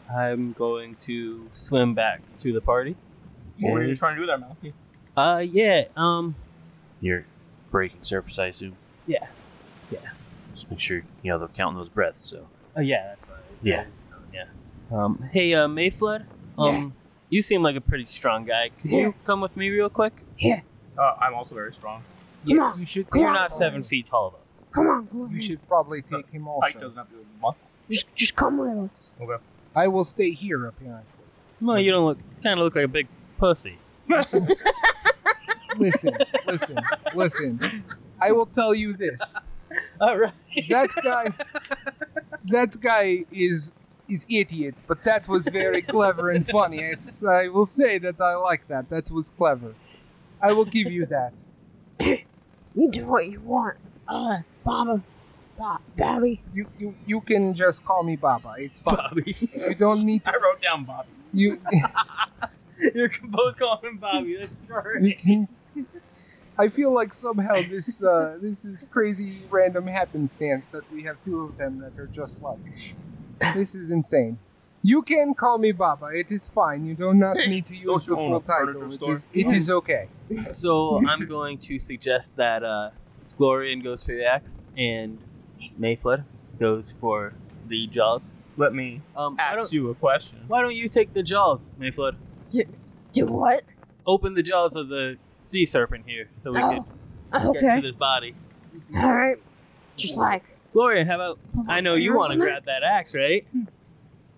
Speaker 5: right. I'm going to swim back to the party.
Speaker 3: What were you trying to do there, Mousy?
Speaker 5: Uh, yeah. Um,
Speaker 1: You're breaking surface, I assume.
Speaker 5: Yeah.
Speaker 1: Yeah. Just make sure you know they're counting those breaths. So
Speaker 5: oh, yeah. That's right.
Speaker 1: Yeah.
Speaker 5: Yeah. Um, hey, uh, Mayflood. Um, you seem like a pretty strong guy. Could you come with me real quick?
Speaker 3: Uh, I'm also very strong.
Speaker 2: Yes,
Speaker 6: on,
Speaker 2: you should.
Speaker 6: come
Speaker 5: You're
Speaker 6: on,
Speaker 5: not seven feet tall though.
Speaker 6: Come on, come
Speaker 2: You
Speaker 6: on.
Speaker 2: should probably take him
Speaker 3: Pike
Speaker 2: also.
Speaker 3: does not do a muscle.
Speaker 6: Just, just come with us.
Speaker 2: I will stay here apparently.
Speaker 5: Well, you don't look. Kind of look like a big pussy. *laughs*
Speaker 2: Listen, listen, listen. I will tell you this.
Speaker 5: All right.
Speaker 2: That guy, that guy is is idiot, but that was very clever and funny. It's, I will say that I like that. That was clever. I will give you that.
Speaker 6: You do what you want. Uh, Baba, Bob, Babby.
Speaker 2: You you you can just call me Baba. It's fine.
Speaker 5: Bobby,
Speaker 2: You don't need
Speaker 3: I wrote down
Speaker 5: *laughs*
Speaker 3: Bobby.
Speaker 2: you.
Speaker 5: you're both calling him Bobby. That's
Speaker 2: you
Speaker 3: *laughs*
Speaker 5: great.
Speaker 2: can, *laughs* I feel like somehow this uh, this is crazy random happenstance that we have two of them that are just like. This is insane. You can call me Baba. It is fine. You do not need to use
Speaker 3: Don't you
Speaker 2: the
Speaker 3: own
Speaker 2: full
Speaker 3: a furniture
Speaker 2: title. It
Speaker 3: store?
Speaker 2: is, it is okay.
Speaker 5: So I'm going to suggest that uh, Glorian goes for the axe and Mayflood goes for the jaws.
Speaker 7: Let me
Speaker 5: Um, I don't,
Speaker 7: ask you a question.
Speaker 5: Why don't you take the jaws, Mayflood?
Speaker 6: Do what?
Speaker 5: Open the jaws of the sea serpent here so we can
Speaker 6: Oh,
Speaker 5: get
Speaker 6: okay.
Speaker 5: to this body.
Speaker 6: All right. Just like.
Speaker 5: Gloria, how about?
Speaker 6: put my
Speaker 5: I know you
Speaker 6: fingers
Speaker 5: want to
Speaker 6: in there.
Speaker 5: grab that axe, right?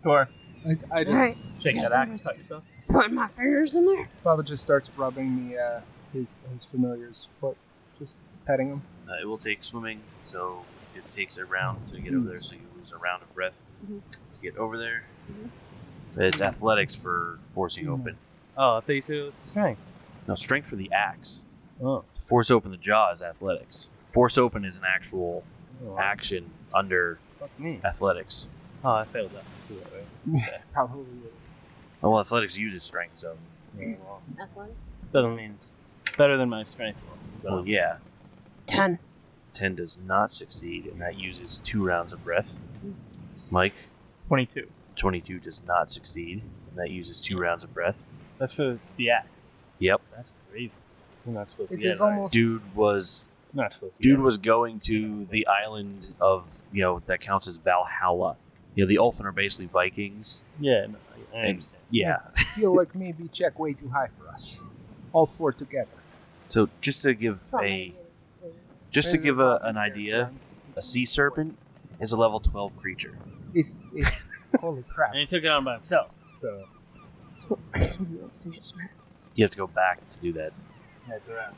Speaker 7: Sure.
Speaker 2: I, I
Speaker 6: All
Speaker 2: just
Speaker 6: right.
Speaker 7: Shake
Speaker 6: Hmm. Yes,
Speaker 7: that
Speaker 6: I
Speaker 7: axe.
Speaker 6: was-
Speaker 7: Cut yourself.
Speaker 6: Putting my fingers in there.
Speaker 2: Baba just starts rubbing the uh, his his familiar's foot, just petting him.
Speaker 1: uh, it will take swimming. So it takes a round to get over there. So you lose a round of breath
Speaker 6: Mhm.
Speaker 1: to get over there. So it's athletics for forcing
Speaker 2: Mhm.
Speaker 1: open.
Speaker 5: Oh, I thought you said it was strength.
Speaker 1: No strength for the axe.
Speaker 5: Oh.
Speaker 1: To force open the jaw is athletics. Force open is an actual
Speaker 2: Oh,
Speaker 3: Ah.
Speaker 1: action under
Speaker 5: Fuck me.
Speaker 1: athletics.
Speaker 5: Oh, I failed that. Too, right?
Speaker 2: Probably.
Speaker 1: Oh, well, athletics uses strength, so
Speaker 5: Yeah, well,
Speaker 6: Athletics.
Speaker 5: doesn't mean it's better than my strength. So.
Speaker 1: well, yeah.
Speaker 6: Ten.
Speaker 1: 10 does not succeed, and that uses two rounds of breath. Mike,
Speaker 7: 22.
Speaker 1: 22 does not succeed, and that uses two rounds of breath.
Speaker 5: That's for the axe.
Speaker 1: Yep.
Speaker 5: That's crazy. You're not supposed
Speaker 2: It
Speaker 5: to.
Speaker 2: is almost
Speaker 1: Dude was
Speaker 5: Not supposed to.
Speaker 1: dude was going to the island of you know that counts as Valhalla. You know the Ulfin are basically Vikings.
Speaker 5: Yeah, no, I- I understand.
Speaker 1: Yeah.
Speaker 2: I *laughs* feel like maybe check way too high for us. All four together.
Speaker 1: So just to give a just to give a, an idea, a sea serpent is a level 12 creature.
Speaker 2: It's, it's Holy
Speaker 5: *laughs*
Speaker 2: crap.
Speaker 5: and he took it on by himself. So
Speaker 6: I'm so nervous, I'm just mad.
Speaker 1: You have to go back to do that.
Speaker 5: that's around.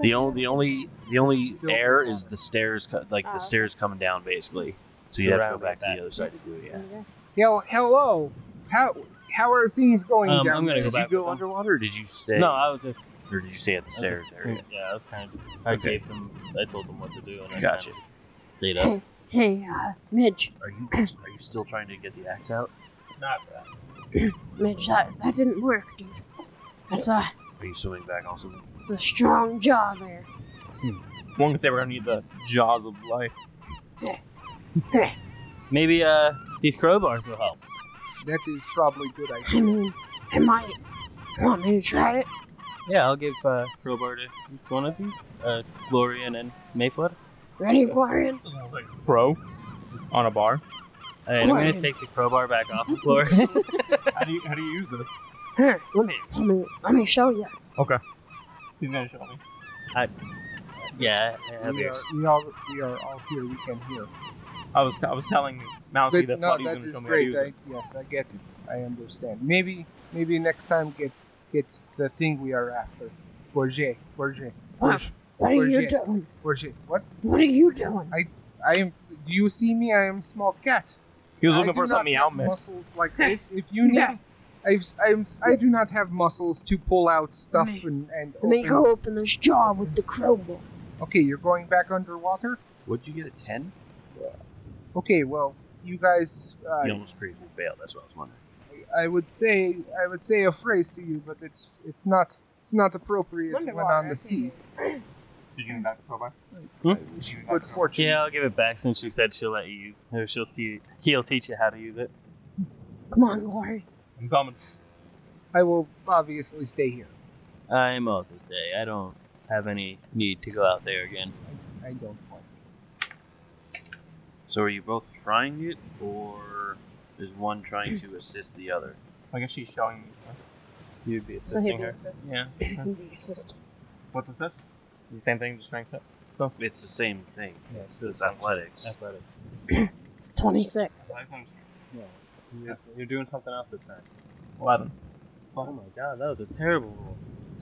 Speaker 1: The only the only the only
Speaker 2: Still
Speaker 1: air
Speaker 2: water.
Speaker 1: is the stairs, co- like
Speaker 6: Oh,
Speaker 1: the
Speaker 6: okay.
Speaker 1: stairs coming down basically. So you
Speaker 5: To
Speaker 1: have to go
Speaker 5: round
Speaker 1: back
Speaker 5: it
Speaker 1: to
Speaker 5: back.
Speaker 1: the other side to do it. Yeah.
Speaker 2: Yo, hello. How how are things going
Speaker 5: Um,
Speaker 2: down
Speaker 5: I'm gonna
Speaker 2: there?
Speaker 1: Did you
Speaker 5: back with
Speaker 1: go
Speaker 5: them.
Speaker 1: underwater? Or did you stay?
Speaker 5: No, I was just
Speaker 1: Or did you stay at the stairs area?
Speaker 5: Yeah, I was kind of. I
Speaker 1: Okay.
Speaker 5: gave them. I told them what to do, and I
Speaker 1: Gotcha.
Speaker 5: kind of stayed up.
Speaker 6: Hey, uh, Midge,
Speaker 1: Are you are you still trying to get the axe out?
Speaker 6: Midge, that, that didn't work, dude. That's a,
Speaker 1: Are you swimming back also?
Speaker 6: that's a strong jaw there.
Speaker 7: One could say we're gonna need the jaws of life.
Speaker 5: Maybe uh, these crowbars will help.
Speaker 2: That is probably a good idea.
Speaker 6: I mean, I might. You want me to try it?
Speaker 5: Yeah, I'll give uh, crowbar to each one of these. Uh, Glorian and Mayflood.
Speaker 6: Ready, Glorian?
Speaker 7: Pro on a bar.
Speaker 5: All right, I'm gonna
Speaker 6: Glorian.
Speaker 5: take the crowbar back
Speaker 2: *laughs*
Speaker 5: off of Glorian.
Speaker 7: How do you how do you use this?
Speaker 6: Here, let me, let me, let me show you.
Speaker 7: *laughs* He's gonna show me.
Speaker 5: yeah, I have
Speaker 2: We are,
Speaker 5: yours.
Speaker 2: we, are, we are all here. We can hear.
Speaker 7: I was I was telling Mousy
Speaker 2: But
Speaker 7: that
Speaker 2: no,
Speaker 7: Buddy's
Speaker 2: that
Speaker 7: gonna
Speaker 2: is
Speaker 7: show me how to
Speaker 2: great.
Speaker 7: use it.
Speaker 2: I, yes, I get it. I understand. Maybe maybe next time get get the thing we are after. Borget. Borget. Borget.
Speaker 6: What are you
Speaker 2: Where's it?
Speaker 6: doing?
Speaker 2: Borget. What?
Speaker 6: What are you doing?
Speaker 2: I am. Do you see me? I am small cat.
Speaker 7: He was
Speaker 2: I
Speaker 7: looking
Speaker 2: do
Speaker 7: for
Speaker 2: not
Speaker 7: something
Speaker 2: have
Speaker 7: out mix.
Speaker 2: Muscles like this. If you need, I've, I'm, I do not have muscles to pull out stuff
Speaker 6: Me.
Speaker 2: and and
Speaker 6: Let me
Speaker 2: open.
Speaker 6: go open this jaw with the crowbar.
Speaker 2: Okay, you're going back underwater.
Speaker 1: What'd you get a ten?
Speaker 2: Okay, well, you guys, uh,
Speaker 1: You almost critically failed. That's what I was wondering.
Speaker 2: I would say I would say a phrase to you, but it's it's not it's not appropriate when on the sea.
Speaker 7: Did you get back to crowbar?
Speaker 2: Good fortune.
Speaker 5: Yeah, I'll give it back since she said she'll let you use. Or she'll te- he'll teach you how to use it.
Speaker 6: Come on, Glory.
Speaker 7: I'm coming.
Speaker 2: I will obviously stay here.
Speaker 5: I'm off this day. I don't have any need to go out there again.
Speaker 2: I don't want.
Speaker 1: So are you both trying it, or is one trying to assist the other?
Speaker 7: I guess she's showing me. stuff.
Speaker 5: You'd be.
Speaker 6: So he'll be
Speaker 7: her.
Speaker 6: assistant.
Speaker 7: Yeah.
Speaker 2: *clears throat*
Speaker 6: He'll be assistant.
Speaker 7: What's this? Same thing, just strength up.
Speaker 1: It's the same thing.
Speaker 5: Yeah,
Speaker 1: It's athletics.
Speaker 5: athletic.
Speaker 6: 26.
Speaker 5: You're, you're doing something else this time.
Speaker 7: Eleven.
Speaker 5: Oh my god, that was a terrible roll.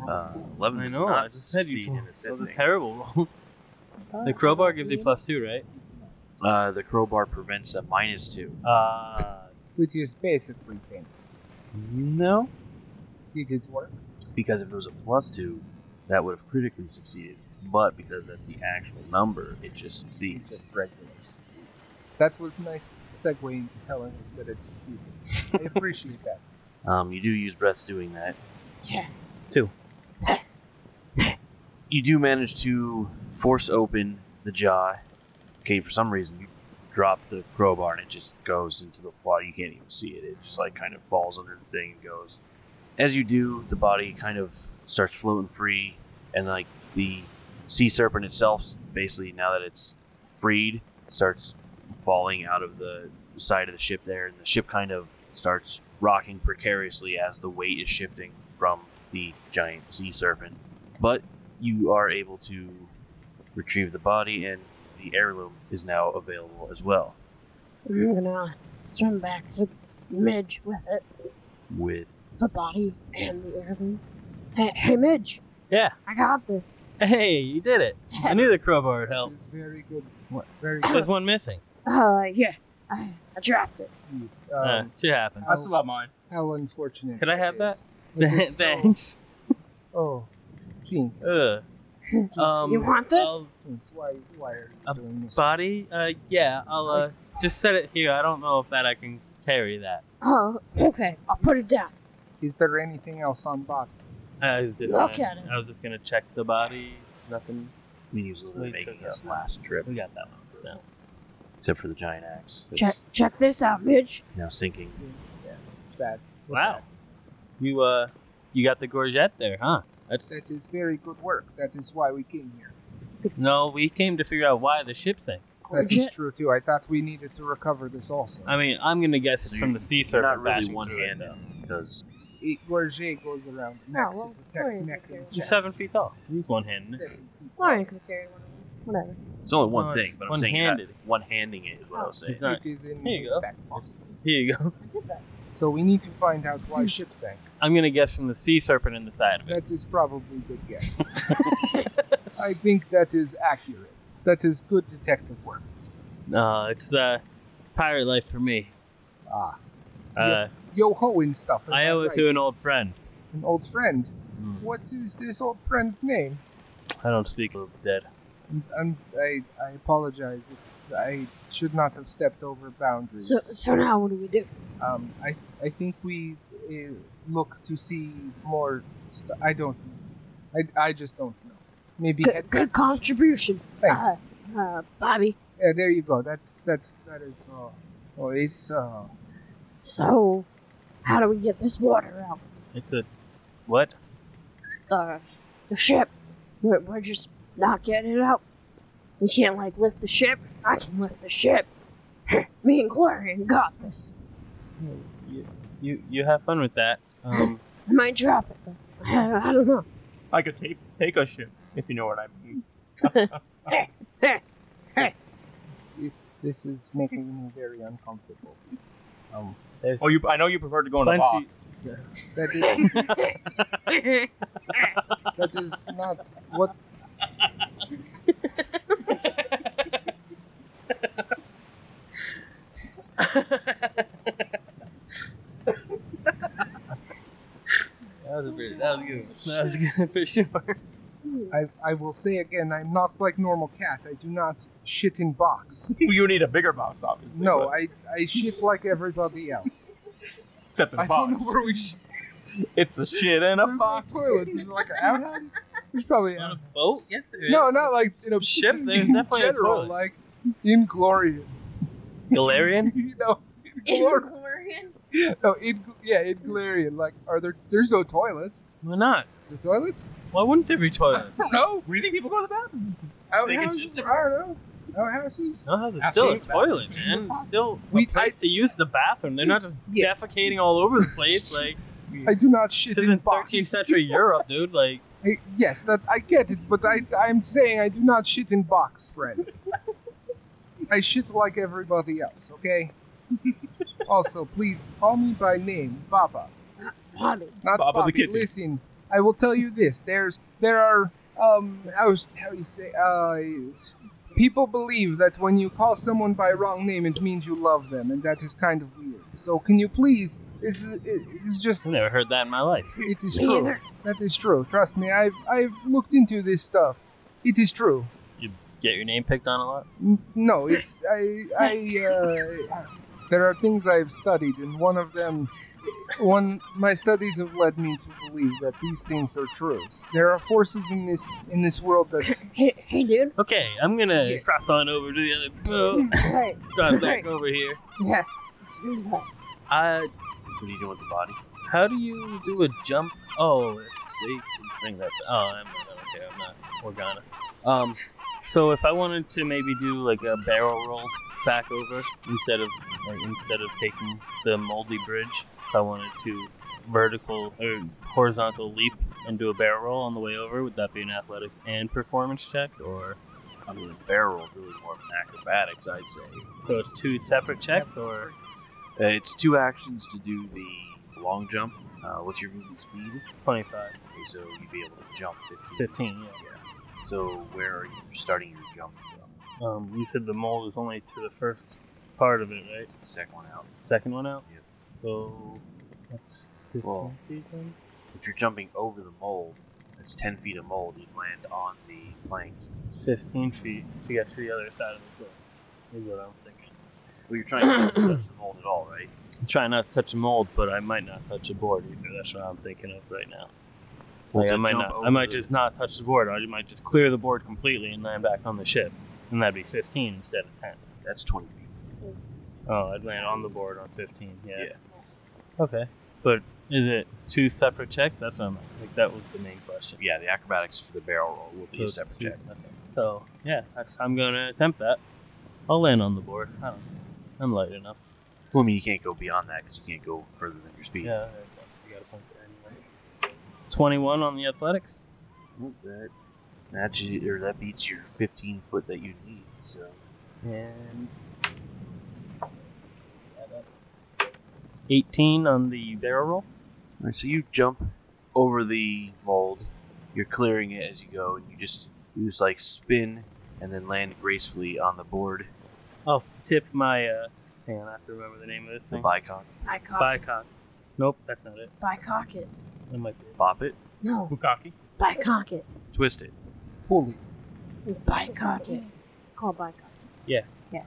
Speaker 1: Uh, Eleven
Speaker 5: I
Speaker 1: does
Speaker 5: know,
Speaker 1: not
Speaker 5: I just said you
Speaker 1: succeed
Speaker 5: told-
Speaker 1: in
Speaker 5: That was a
Speaker 1: assisting.
Speaker 5: terrible roll. *laughs* The crowbar gives you plus two, right?
Speaker 1: Uh, the crowbar prevents a minus two.
Speaker 5: Uh,
Speaker 2: Which is basically the same.
Speaker 1: No,
Speaker 2: Did it work?
Speaker 1: because if it was a plus two, that would have critically succeeded. But because that's the actual number, it just
Speaker 2: It
Speaker 1: succeeds.
Speaker 2: just regularly succeeded. That was nice segue into telling us that it
Speaker 5: *laughs*
Speaker 2: succeeded. I appreciate that.
Speaker 1: Um, you do use breaths doing that.
Speaker 6: Yeah.
Speaker 5: Two.
Speaker 1: you do manage to force open the jaw. Okay, for some reason you drop the crowbar and it just goes into the water. You can't even see it. It just like kind of falls under the thing and goes. As you do, the body kind of starts floating free, and like the sea serpent itself, basically now that it's freed, starts falling out of the side of the ship there, and the ship kind of starts rocking precariously as the weight is shifting from the giant sea serpent. But you are able to retrieve the body, and the heirloom is now available as well.
Speaker 6: I'm gonna swim back to Midge with it,
Speaker 1: With
Speaker 6: the body and the heirloom. Hey, hey Midge,
Speaker 5: yeah.
Speaker 6: I got this.
Speaker 5: Hey, you did it. I knew the crowbar
Speaker 1: *coughs*
Speaker 5: would help.
Speaker 2: It's very good.
Speaker 5: What?
Speaker 2: Very
Speaker 5: There's
Speaker 2: good
Speaker 5: one missing.
Speaker 6: Uh, yeah, I, I dropped it.
Speaker 2: use.
Speaker 5: Uh,
Speaker 2: Um,
Speaker 5: shit happened.
Speaker 2: how,
Speaker 7: I still have mine.
Speaker 2: how unfortunate.
Speaker 5: Could I have
Speaker 2: it is. It
Speaker 5: *laughs*
Speaker 2: is so-
Speaker 5: Thanks.
Speaker 2: Oh, jeez.
Speaker 5: Ugh. Um,
Speaker 6: *laughs* you want this?
Speaker 2: Thanks. Why, why are you
Speaker 5: A
Speaker 2: doing this?
Speaker 5: I'll- body? Uh, yeah. I'll uh, just set it here. I don't know if that I can carry that.
Speaker 6: Oh, okay. I'll put it down.
Speaker 2: Is there anything else on bot?
Speaker 5: I was just.
Speaker 6: Look
Speaker 5: gonna,
Speaker 6: at it.
Speaker 5: I was just gonna check the body. Nothing.
Speaker 1: me, he was literally
Speaker 5: We
Speaker 1: making
Speaker 5: took that
Speaker 1: this
Speaker 5: one.
Speaker 1: last trip,
Speaker 5: We got that one for now.
Speaker 1: except for the giant axe that's
Speaker 6: Check, check this out, Midge.
Speaker 1: now sinking.
Speaker 2: Sad.
Speaker 5: Wow. You uh, you got the gorget there, huh? That's
Speaker 2: That is very good work. That is why we came here.
Speaker 5: no. We came to figure out why the ship sank.
Speaker 2: That is
Speaker 6: Gorget.
Speaker 2: true too. I thought we needed to recover this also.
Speaker 5: I mean, I'm gonna guess
Speaker 1: So
Speaker 5: it's
Speaker 1: you-
Speaker 5: from the sea
Speaker 1: You're
Speaker 5: serpent.
Speaker 1: not really
Speaker 5: bashing
Speaker 1: one
Speaker 5: through it,
Speaker 1: handed
Speaker 5: though.
Speaker 1: because
Speaker 2: It- Gorget goes around neck
Speaker 6: Oh, well,
Speaker 2: to
Speaker 6: Gloria
Speaker 2: protect neck
Speaker 6: could do
Speaker 2: and
Speaker 6: that.
Speaker 5: You're
Speaker 2: chest.
Speaker 5: seven feet tall. Use one hand.
Speaker 2: Seven feet.
Speaker 6: Lauren could carry one of them. Whatever.
Speaker 1: It's only one
Speaker 5: No,
Speaker 1: thing, but I'm saying
Speaker 5: one-handed.
Speaker 1: one handing it is what I was saying.
Speaker 5: He's not-
Speaker 2: It is in
Speaker 5: Here you
Speaker 2: his
Speaker 5: go.
Speaker 2: back pocket.
Speaker 5: Here you go. *laughs*
Speaker 2: So we need to find out why
Speaker 6: Hmm.
Speaker 2: ship sank.
Speaker 5: I'm gonna guess from the sea serpent in the side of it.
Speaker 2: That is probably good
Speaker 5: *laughs*
Speaker 2: guess. I think that is accurate. That is good detective work.
Speaker 5: No, it's uh, pirate life for me.
Speaker 2: Ah.
Speaker 5: Uh,
Speaker 2: Yo ho and stuff. am
Speaker 5: I owe it
Speaker 2: right?
Speaker 5: to an old friend.
Speaker 2: an old friend.
Speaker 5: Mm.
Speaker 2: What is this old friend's name?
Speaker 5: I don't speak of the dead.
Speaker 2: I'm, I'm, I I apologize. It's, I should not have stepped over boundaries.
Speaker 6: So, so now what do we do?
Speaker 2: um, I I think we uh, look to see more. St- I don't. know. I I just don't know. Maybe
Speaker 6: Good,
Speaker 2: head-
Speaker 6: good contribution,
Speaker 2: thanks.
Speaker 6: uh, Bobby.
Speaker 2: Yeah, there you go. That's that's that is. Uh, oh, it's. Uh,
Speaker 6: So, how do we get this water out?
Speaker 5: It's a what?
Speaker 6: The, the ship. We're, we're just not getting it out. We can't, like, lift the ship. I can lift the ship. *laughs* Me and Glorian got this.
Speaker 5: You you have fun with that. Um,
Speaker 6: I might drop it, though. I, I don't *laughs* know.
Speaker 7: I could take take a ship if you know what I mean.
Speaker 2: this this is making me very uncomfortable. Um,
Speaker 5: there's
Speaker 7: Oh, you. I know you prefer to go in a
Speaker 5: plenty- *laughs*
Speaker 7: box.
Speaker 2: that
Speaker 6: *laughs*
Speaker 2: is that is not what.
Speaker 5: That was a bit, that was good. That was good for sure.
Speaker 2: I I will say again. I'm not like normal cat. I do not shit in
Speaker 5: *laughs*
Speaker 2: box.
Speaker 7: you need a bigger box, obviously.
Speaker 2: No,
Speaker 7: but-
Speaker 2: I I shit like everybody
Speaker 5: *laughs*
Speaker 2: else.
Speaker 7: except in a
Speaker 2: I don't know
Speaker 7: box.
Speaker 2: where we shit.
Speaker 7: It's a shit in a
Speaker 2: Where's the
Speaker 7: box.
Speaker 2: Toilets Is it like an outhouse. It's probably an
Speaker 5: On a boat? Yes, there is.
Speaker 2: No, not like in a
Speaker 5: Ship,
Speaker 2: in
Speaker 5: there's definitely a
Speaker 2: general,
Speaker 5: toilet.
Speaker 2: like inglorious.
Speaker 5: *laughs* Galarian?
Speaker 2: *laughs* You know, inglor-
Speaker 6: Glorian?
Speaker 2: no, in, yeah, inglorious. Like, are there? There's no toilets.
Speaker 5: Why not?
Speaker 2: The toilets?
Speaker 5: Why wouldn't there be
Speaker 7: *laughs*
Speaker 5: toilets?
Speaker 2: No
Speaker 7: Really, people go to the bathroom?
Speaker 2: outhouses. I don't know outhouses.
Speaker 5: No, there's
Speaker 7: I've
Speaker 5: still a
Speaker 7: seen
Speaker 5: toilet, man. It's still
Speaker 2: We-
Speaker 5: a place to use the bathroom. They're not just
Speaker 2: Yes.
Speaker 5: defecating all over the
Speaker 2: *laughs*
Speaker 5: place. Like,
Speaker 2: I do not shit
Speaker 5: this is in
Speaker 2: box.
Speaker 5: 13th century Europe, dude. Like,
Speaker 2: I- yes, that I get it, but I I'm saying I do not shit in box, friend. I shit like everybody else. Okay. *laughs* also, please call me by name, Papa.
Speaker 6: Bobby.
Speaker 2: not
Speaker 7: Baba the
Speaker 2: Bobby.
Speaker 7: Kitty.
Speaker 2: Listen, I will tell you this: there's there are um how is- how you say uh people believe that when you call someone by wrong name, it means you love them, and that is kind of weird. So can you please? It's it- it's just
Speaker 5: I've never heard that in my life.
Speaker 2: it is
Speaker 6: Me
Speaker 2: true.
Speaker 6: either.
Speaker 2: That is true. Trust me, I've I've looked into this stuff. It is true.
Speaker 5: Get your name picked on a lot?
Speaker 2: N- No,
Speaker 6: *laughs*
Speaker 2: it's I I uh, there are things I've studied, and one of them, one my studies have led me to believe that these things are true. There are forces in this in this world that
Speaker 6: Hey, hey, dude.
Speaker 5: Okay, I'm gonna
Speaker 2: Yes.
Speaker 5: cross on over to the other boat.
Speaker 6: Hey.
Speaker 5: Drive back over here.
Speaker 6: *laughs* Yeah.
Speaker 5: Uh,
Speaker 1: What are you doing with the body?
Speaker 5: how do you do a jump? Oh, they can bring that. Oh, I'm not okay. I'm not Organa. Um, so if I wanted to maybe do like a barrel roll back over instead of like, instead of taking the moldy bridge, if I wanted to vertical or horizontal leap and do a barrel roll on the way over, would that be an athletics and performance check, or
Speaker 1: I mean, a barrel roll's really more of an acrobatics, I'd say.
Speaker 5: so it's two separate checks, or
Speaker 1: Uh, it's two actions to do the long jump. Uh, what's your movement speed?
Speaker 5: 25,
Speaker 1: Okay, so you'd be able to jump 15.
Speaker 5: 15? Yeah.
Speaker 1: So where are you starting your jump from?
Speaker 5: Um, you said the mold is only to the first part of it, right?
Speaker 1: Second one out.
Speaker 5: Second one out.
Speaker 1: Yep.
Speaker 5: So that's
Speaker 1: Well- If you're jumping over the mold, that's 10 feet of mold. You'd land on the plank.
Speaker 5: fifteen feet to get to the other side of the door. Is what I'm thinking.
Speaker 1: Well, you're trying not to touch
Speaker 5: *coughs*
Speaker 1: the mold at all, right?
Speaker 5: I'm trying not to touch a mold, but I might not touch a board either. That's what I'm thinking of right now. Like, I
Speaker 1: to
Speaker 5: might
Speaker 1: jump
Speaker 5: not. I
Speaker 1: over
Speaker 5: might
Speaker 1: the-
Speaker 5: just not touch the board. I might just clear the board completely and land back on the ship, and that'd be fifteen instead of ten.
Speaker 1: That's 20 feet.
Speaker 5: Oh, I'd land on the board on 15. Yeah. Okay. But is it two separate checks? That's what I'm like. That was the main question.
Speaker 1: Yeah, the acrobatics for the barrel roll will be a
Speaker 5: it's
Speaker 1: separate
Speaker 5: two-
Speaker 1: check.
Speaker 5: okay. So yeah, that's, I'm gonna attempt that. I'll land on the board. I don't. I'm light enough.
Speaker 1: Well, I mean, you can't go beyond that because you can't go further than your speed.
Speaker 5: Yeah. You got a point there anyway. 21 on the athletics.
Speaker 1: Well, That That you, or that beats your 15 foot that you need. So
Speaker 5: And 18 on the barrel roll.
Speaker 1: All right, so you jump over the mold. You're clearing it as you go, and you just you just like spin and then land gracefully on the board,
Speaker 5: Oh, tip my. Uh, hang on, I have to remember the name of this
Speaker 1: the
Speaker 5: thing.
Speaker 1: Bicon.
Speaker 6: I cock.
Speaker 5: Bicock. Nope, that's not it.
Speaker 6: By cock it.
Speaker 5: That might be it.
Speaker 1: Bop it,
Speaker 6: No.
Speaker 7: Bukaki.
Speaker 6: By cock it.
Speaker 1: twist it.
Speaker 2: Holy.
Speaker 6: By cock it. It's called by cock.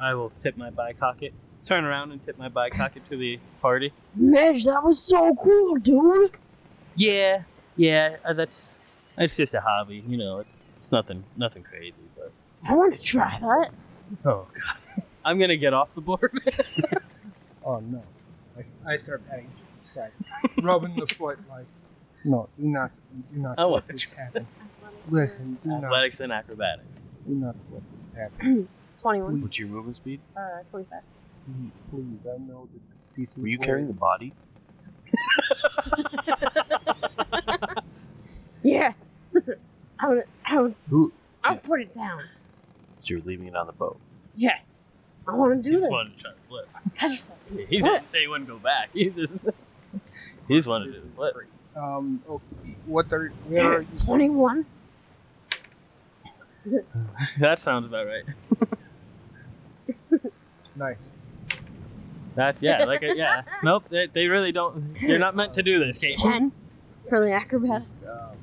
Speaker 5: I will tip my bicocket. Turn around and tip my bicocket to the party.
Speaker 6: Midge, that was so cool, dude.
Speaker 5: Yeah, yeah. uh, That's it's just a hobby, you know. It's it's nothing nothing crazy, but
Speaker 6: I want to try that.
Speaker 5: oh god, I'm gonna get off the board.
Speaker 2: Oh no. I, I start patting his
Speaker 6: *laughs*
Speaker 2: side, rubbing the foot like, no, do not, do not
Speaker 5: I
Speaker 2: let
Speaker 5: want
Speaker 2: this happen. Listen, do not,
Speaker 5: Athletics and acrobatics.
Speaker 2: do not let this happen.
Speaker 6: 21.
Speaker 1: What's your movement speed?
Speaker 6: Uh, 25.
Speaker 2: Please, please, I know that this is.
Speaker 1: Were you
Speaker 2: where-
Speaker 1: carrying the body?
Speaker 6: Yeah. *laughs* I would, I would,
Speaker 1: Who?
Speaker 6: I'll put it down.
Speaker 1: So you're leaving it on the boat.
Speaker 6: Yeah. I want to
Speaker 5: He
Speaker 6: do
Speaker 5: just
Speaker 6: that.
Speaker 5: wanted to try to flip.
Speaker 6: I just want
Speaker 5: He didn't say he wouldn't go back. He just he just wanted to flip.
Speaker 2: Um, okay, what are, where are you?
Speaker 6: 21.
Speaker 5: *laughs* That sounds about right.
Speaker 2: Nice.
Speaker 5: That yeah, like a, *laughs* yeah. Nope, they, they really don't. They're not meant to do this, Kate.
Speaker 6: 10 for the acrobat.
Speaker 2: Um,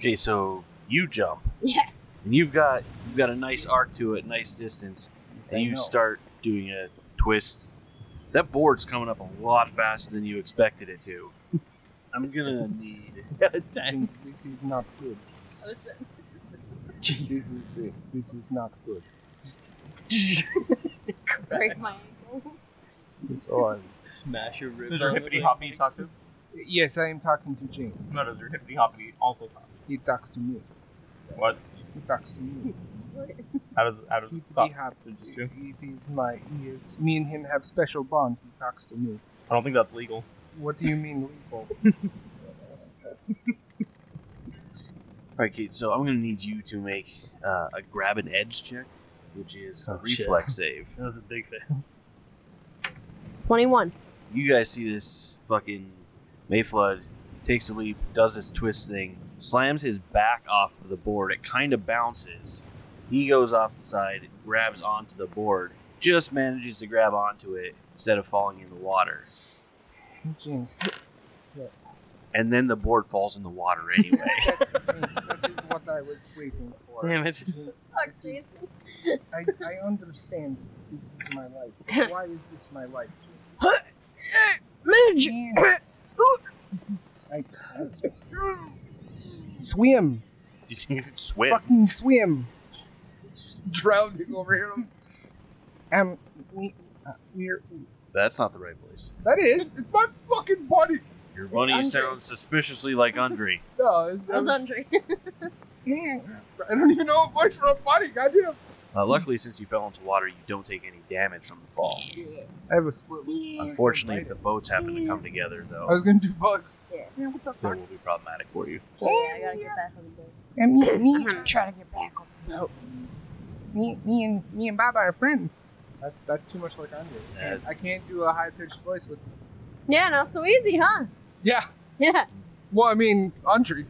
Speaker 1: Okay, so you jump.
Speaker 6: Yeah.
Speaker 1: And you've got you've got a nice arc to it, nice distance, and you start doing a twist. That board's coming up a lot faster than you expected it to. I'm gonna need
Speaker 5: Ten.
Speaker 2: this is not good. This is it. This is not good.
Speaker 6: Break my *laughs* ankle.
Speaker 2: It's all.
Speaker 5: Smash your ribs.
Speaker 7: Does your
Speaker 5: on the
Speaker 7: hippity
Speaker 5: thing.
Speaker 7: hoppity talk to? him?
Speaker 2: Yes, I am talking to James.
Speaker 7: No, does your hippity hoppity also talk?
Speaker 2: He talks to me.
Speaker 7: What?
Speaker 2: He talks to me.
Speaker 7: How does how does *laughs*
Speaker 2: He,
Speaker 7: it
Speaker 2: he,
Speaker 7: talk?
Speaker 2: have,
Speaker 7: Is this
Speaker 2: he,
Speaker 7: true?
Speaker 2: he is my. He is. Me and him have special bond. He talks to me.
Speaker 7: I don't think that's legal.
Speaker 2: What do you mean legal?
Speaker 1: All right, Kate. So I'm gonna need *laughs* you to make uh, a grab an edge check, which is a
Speaker 5: Oh, shit. *laughs*
Speaker 1: reflex save.
Speaker 5: That was a big thing.
Speaker 6: 21.
Speaker 1: You guys see this fucking Mayflood takes a leap, does this twist thing, slams his back off of the board. It kind of bounces. He goes off the side, grabs onto the board, just manages to grab onto it instead of falling in the water.
Speaker 2: *laughs* James.
Speaker 1: And then the board falls in the water anyway. *laughs*
Speaker 2: James, that is what I was waiting for.
Speaker 5: Damn it.
Speaker 2: James,
Speaker 6: Fuck,
Speaker 2: this is-
Speaker 6: Jason.
Speaker 2: I, I understand this is my life. but Why is this my life, James?
Speaker 6: Midge!
Speaker 2: I S- swim.
Speaker 1: Did you swim?
Speaker 2: Fucking swim. Drowning over here. Um, we, uh, we're.
Speaker 1: That's not the right place.
Speaker 2: That is. It's my fucking body.
Speaker 1: Your bunny
Speaker 6: Andre.
Speaker 1: sounds suspiciously like
Speaker 5: *laughs*
Speaker 1: Andre.
Speaker 2: No, it's,
Speaker 6: That was
Speaker 2: it's-
Speaker 6: Andre. *laughs*
Speaker 2: Yeah. I don't even know a voice for a body. Goddamn.
Speaker 1: Uh, luckily, since you fell into water, you don't take any damage from the fall.
Speaker 2: I have a split. loop.
Speaker 1: Unfortunately, the boats happen to come together,
Speaker 2: I
Speaker 1: though.
Speaker 2: was gonna do bugs.
Speaker 6: Yeah.
Speaker 2: Man, what the
Speaker 1: That
Speaker 2: fuck?
Speaker 1: will be problematic for you.
Speaker 6: So, yeah, I gotta get back on the board.
Speaker 2: And me,
Speaker 6: I'm
Speaker 2: me,
Speaker 6: gonna try to get back on
Speaker 2: no. me, me, and me and Baba are friends. That's that's too much like Andre. I can't- I can't do a high pitched voice with.
Speaker 6: Yeah, not so easy, huh?
Speaker 2: Yeah.
Speaker 6: Yeah.
Speaker 2: Well, I mean, Andre.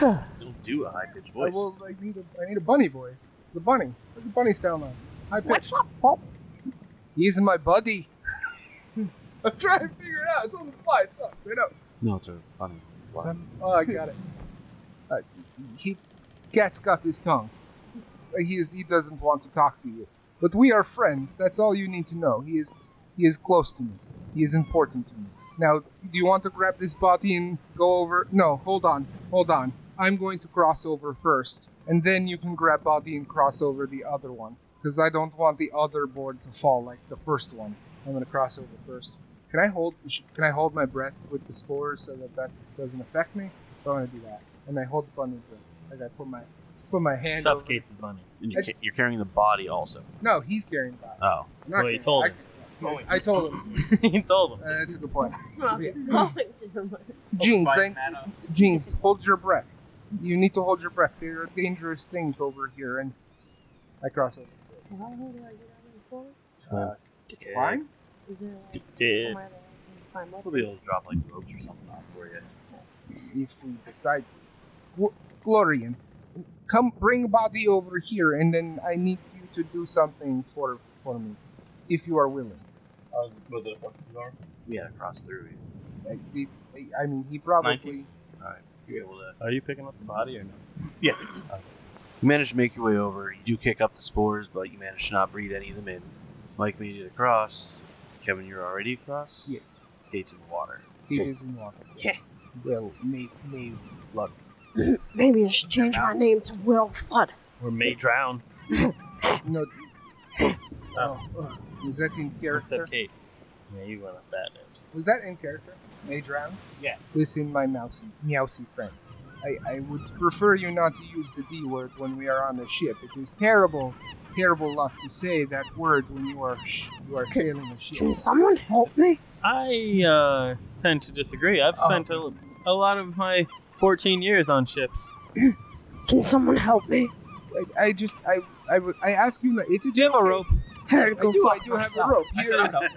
Speaker 1: Don't do a high pitched
Speaker 2: I
Speaker 1: voice.
Speaker 2: will. I need a. I need a bunny voice. The bunny. What's a bunny sound like? High pitched.
Speaker 6: *laughs* What's up, *laughs* folks?
Speaker 2: He's my buddy. *laughs* I'm trying to figure it out. It's on the fly. It sucks. I know.
Speaker 1: No, it's a funny.
Speaker 2: Some- oh, I got it. Uh, he, cat's got his tongue. Uh, He is, he doesn't want to talk to you. But we are friends. That's all you need to know. He is he is close to me. He is important to me. Now, do you want to grab this body and go over? No, hold on, hold on. I'm going to cross over first, and then you can grab body and cross over the other one. Because I don't want the other board to fall like the first one. I'm going to cross over first. Can I hold? Can I hold my breath with the spores so that that doesn't affect me? So I want to do that, and I hold the bunny breath. Like I put my put my hand. over-
Speaker 5: Suffocates his
Speaker 1: *laughs*
Speaker 5: bunny.
Speaker 1: And you're, ca- you're carrying the body also.
Speaker 2: No, he's carrying the body.
Speaker 1: Oh.
Speaker 2: I'm not
Speaker 5: Well, you
Speaker 2: carrying-
Speaker 5: told
Speaker 2: I,
Speaker 5: him.
Speaker 2: I, told him.
Speaker 5: he told
Speaker 2: Uh,
Speaker 5: him.
Speaker 2: that's a good point.
Speaker 6: Well, I'm going to the board.
Speaker 2: Jinx,
Speaker 7: Bite
Speaker 2: I,
Speaker 7: that up.
Speaker 2: Jinx, hold your breath. You need to hold your breath. There are dangerous things over here, and I cross over.
Speaker 6: So how the hell do I get out of the floor?
Speaker 2: Fine.
Speaker 6: Is there like,
Speaker 1: Did.
Speaker 6: somewhere that I can climb up?
Speaker 1: We'll be able to drop like ropes or something off for you.
Speaker 2: if we decide. Gl- Glorian, come bring body over here, and then I need you to do something for for me, if you are willing.
Speaker 1: Uh,
Speaker 3: Oh, with the fucking arm.
Speaker 1: Yeah, cross through.
Speaker 2: I, the- I mean, he probably.
Speaker 1: You're able to. Are you picking up the body or no?
Speaker 7: Yeah.
Speaker 1: You manage to make your way over. You do kick up the spores, but you manage to not breathe any of them in. Mike made it across. Kevin, you're already across.
Speaker 2: Yes,
Speaker 1: Gates in water.
Speaker 2: he is in water.
Speaker 6: Yeah.
Speaker 2: Well, may may luck.
Speaker 6: Maybe I should change my name to Will Flood.
Speaker 1: Or may drown.
Speaker 2: No. Oh, oh, was that in character?
Speaker 1: Kate? Yeah, you went up that.
Speaker 2: Was that in character? May drown?
Speaker 3: Yeah.
Speaker 2: Listen, my mousy, meowsy friend. I, I would prefer you not to use the D word when we are on the ship. It is terrible, terrible luck to say that word when you are sh- you are sailing a
Speaker 6: Can
Speaker 2: ship.
Speaker 6: someone help me?
Speaker 5: I uh, tend to disagree. I've spent a, a lot of my 14 years on ships.
Speaker 6: Can someone help me?
Speaker 2: I, I just I I would I ask you. like, It is
Speaker 5: Do you have a rope?
Speaker 6: Here,
Speaker 2: I
Speaker 6: go
Speaker 2: do, I
Speaker 6: fuck
Speaker 2: do have a
Speaker 6: yourself.
Speaker 2: rope.
Speaker 3: I said I'm
Speaker 2: Here,
Speaker 3: not.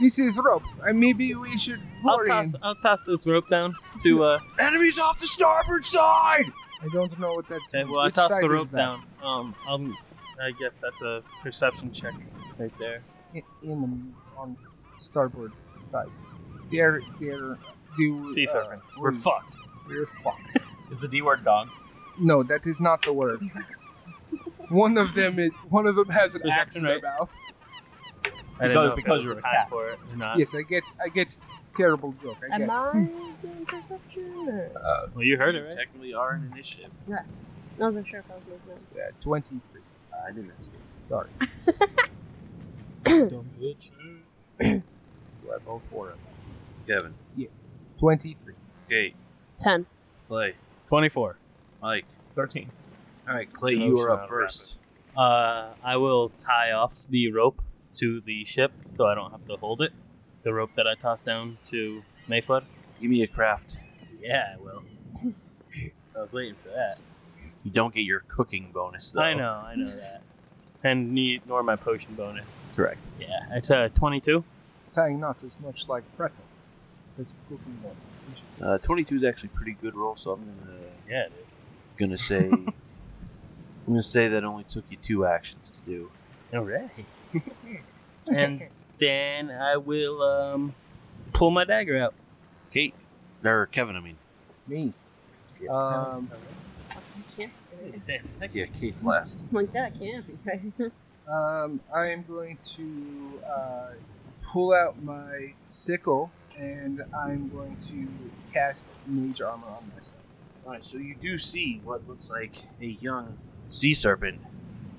Speaker 2: this is rope. Uh, maybe we should
Speaker 5: I'll
Speaker 2: worry.
Speaker 5: toss, I'll toss this rope down to. Uh,
Speaker 1: Enemies off the starboard side.
Speaker 2: I don't know what that's.
Speaker 5: okay, well, I
Speaker 2: which
Speaker 5: tossed
Speaker 2: side
Speaker 5: the
Speaker 2: is
Speaker 5: rope
Speaker 2: that?
Speaker 5: down. Um, um, I guess that's a perception check right there.
Speaker 2: en- enemies on starboard side. They're they're do
Speaker 5: Sea
Speaker 2: uh,
Speaker 5: serpents.
Speaker 2: We're
Speaker 5: fucked.
Speaker 2: We're fucked.
Speaker 3: Is the D word dog?
Speaker 2: No, that is not the word. one of them is one of them has an
Speaker 5: Is that
Speaker 2: axe in their
Speaker 5: right?
Speaker 2: mouth.
Speaker 5: I didn't
Speaker 3: Because-
Speaker 5: know if
Speaker 3: because
Speaker 5: it was
Speaker 3: you're
Speaker 5: a time
Speaker 3: attacked.
Speaker 5: for it or not.
Speaker 2: Yes, I get I get terrible joke. I
Speaker 6: Am
Speaker 2: get.
Speaker 6: I doing perception? Or?
Speaker 5: Well, you heard it, right?
Speaker 1: Technically, are an initiative.
Speaker 6: I wasn't sure if I was making it.
Speaker 2: Yeah, Twenty-three.
Speaker 1: Uh, I didn't ask you.
Speaker 2: Sorry,
Speaker 1: I vote for it. Kevin,
Speaker 2: yes, twenty-three.
Speaker 1: Kate,
Speaker 6: Ten.
Speaker 1: Clay,
Speaker 5: 24.
Speaker 1: Mike.
Speaker 7: 13.
Speaker 1: All right, Clay, you are up first.
Speaker 5: Uh, I will tie off the rope to the ship so I don't have to hold it. The rope that I tossed down to Mayflood.
Speaker 1: Give me a craft.
Speaker 5: Yeah, I will. I was waiting for that.
Speaker 1: You don't get your cooking bonus though.
Speaker 5: I know, I know that. And need nor my potion bonus.
Speaker 1: Correct.
Speaker 5: Yeah, it's a 22.
Speaker 2: Tying knot is much like pretzel. That's cooking one. We should-
Speaker 1: Uh, 22 is actually a pretty good roll, so I'm gonna
Speaker 5: Yeah, it is.
Speaker 1: gonna *laughs* say I'm gonna say that only took you two actions to do.
Speaker 5: All right. *laughs* and then I will um, pull my dagger out.
Speaker 1: Kate or Kevin, I mean.
Speaker 2: Me. Um,
Speaker 6: can't
Speaker 1: Heck yeah, Kate's last.
Speaker 6: like that can't be right.
Speaker 2: um, I am going to uh, pull out my sickle and I'm going to cast mage armor on myself.
Speaker 1: Alright, so you do see what looks like a young sea serpent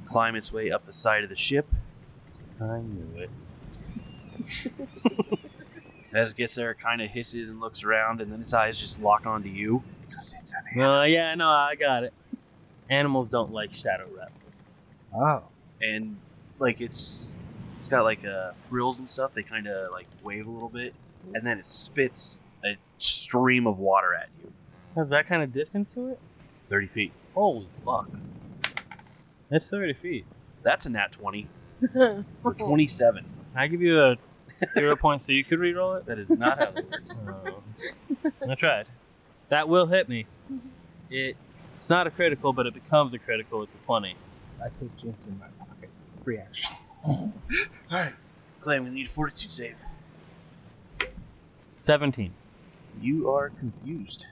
Speaker 1: climb its way up the side of the ship. I knew it. *laughs* As it gets there, it kind of hisses and looks around, and then its eyes just lock onto you. 'Cause it's an
Speaker 5: Oh, yeah, no, I got it. Animals don't like shadow rep.
Speaker 2: Oh.
Speaker 1: and like it's it's got like uh, frills and stuff. They kind of like wave a little bit, and then it spits a stream of water at you,
Speaker 5: Has that kind of distance to it?
Speaker 1: thirty feet.
Speaker 5: Holy fuck. That's 30 feet.
Speaker 1: That's a nat twenty or twenty-seven.
Speaker 5: I give you a *laughs* zero point so you could reroll it?
Speaker 1: That is not how that works.
Speaker 5: *laughs* Oh. Mm-hmm. I tried. That will hit me. It, it's not a critical, but it becomes a critical with the 20.
Speaker 2: I put Jinx in my pocket. Free action.
Speaker 1: Clay, we need a fortitude save.
Speaker 5: 17.
Speaker 1: You are confused.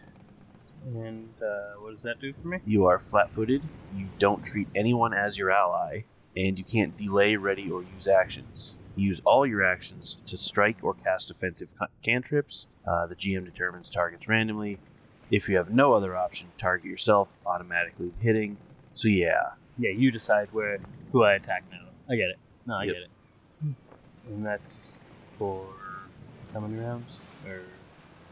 Speaker 5: And uh, what does that do for me?
Speaker 1: You are flat-footed. You don't treat anyone as your ally, and you can't delay, ready, or use actions. You Use all your actions to strike or cast offensive ca- cantrips. Uh, the GM determines targets randomly. If you have no other option, target yourself automatically hitting. So yeah,
Speaker 5: Yeah, you decide where who I attack now. I get it. No, I
Speaker 1: Yep.
Speaker 5: get it. And that's for how many rounds? Or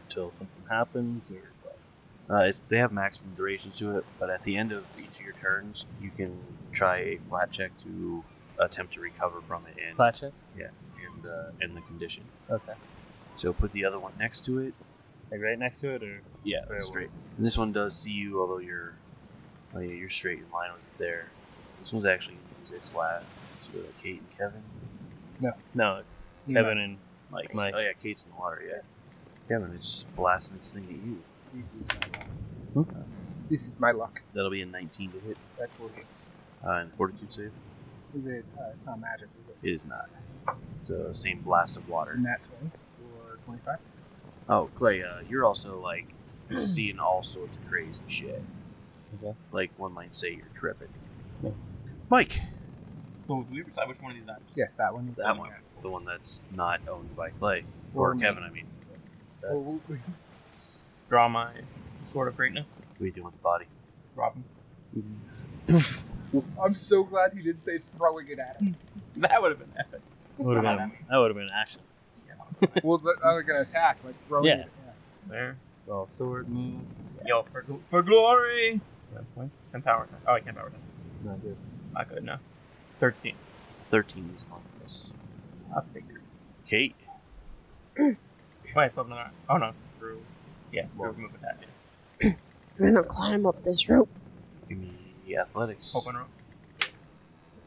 Speaker 5: until something happens or what?
Speaker 1: uh, it's, they have maximum durations to it, but at the end of each of your turns, you can try a flat check to attempt to recover from it and
Speaker 5: Flat check?
Speaker 1: and uh, end the condition.
Speaker 5: Okay.
Speaker 1: So put the other one next to it,
Speaker 7: Like right next to it, or
Speaker 5: Yeah,
Speaker 1: Very well.
Speaker 5: straight.
Speaker 1: And this one does see you, although you're, oh yeah, you're straight in line with there. This one's actually who's its last. It's with Kate and Kevin.
Speaker 5: No, it's
Speaker 2: You know.
Speaker 5: Kevin and like Mike.
Speaker 1: Oh yeah, Kate's in the water. Yeah. Kevin is blasting his thing at you.
Speaker 2: This is my luck. This is my luck.
Speaker 1: That'll be a 19 to hit
Speaker 2: That's will hit.
Speaker 1: uh, and fortitude save.
Speaker 2: Is it? Uh, it's not magic. Is it?
Speaker 1: It is not. So same blast of
Speaker 2: It's
Speaker 1: water.
Speaker 2: a nat twenty or twenty-five.
Speaker 1: Oh, Clay, uh, you're also like
Speaker 5: *clears throat*
Speaker 1: seeing all sorts of crazy shit.
Speaker 7: Okay.
Speaker 1: Like one might say you're tripping. Mike,
Speaker 3: So do we decide which one of these items?
Speaker 2: Yes, that one.
Speaker 1: that one, the one that's not owned by Clay or,
Speaker 2: me. Oh,
Speaker 1: Kevin. I mean,
Speaker 2: Well, we-
Speaker 3: Draw my sword of greatness.
Speaker 1: what are you doing with the body?
Speaker 7: *laughs*
Speaker 3: Robin.
Speaker 2: *laughs* I'm so glad he didn't say throwing it at
Speaker 5: *laughs*
Speaker 2: him.
Speaker 3: That would have been epic.
Speaker 5: Would have been that would have been action.
Speaker 2: well, the other gonna attack like throwing
Speaker 5: Yeah.
Speaker 2: it. Yeah.
Speaker 3: Where?
Speaker 7: well, sword move.
Speaker 3: Yo, for, gl- for glory!
Speaker 7: That's fine.
Speaker 3: And power attack. Oh, I can't power attack.
Speaker 7: Not good.
Speaker 3: Not good, no. 13.
Speaker 1: 13 is on this.
Speaker 3: I figured.
Speaker 1: Kate,
Speaker 3: Wait, so another. Oh no. Through. Yeah,
Speaker 1: Well-
Speaker 3: through move attack. Yeah.
Speaker 6: *clears throat* I'm gonna climb up this rope.
Speaker 1: give me athletics.
Speaker 3: Open rope.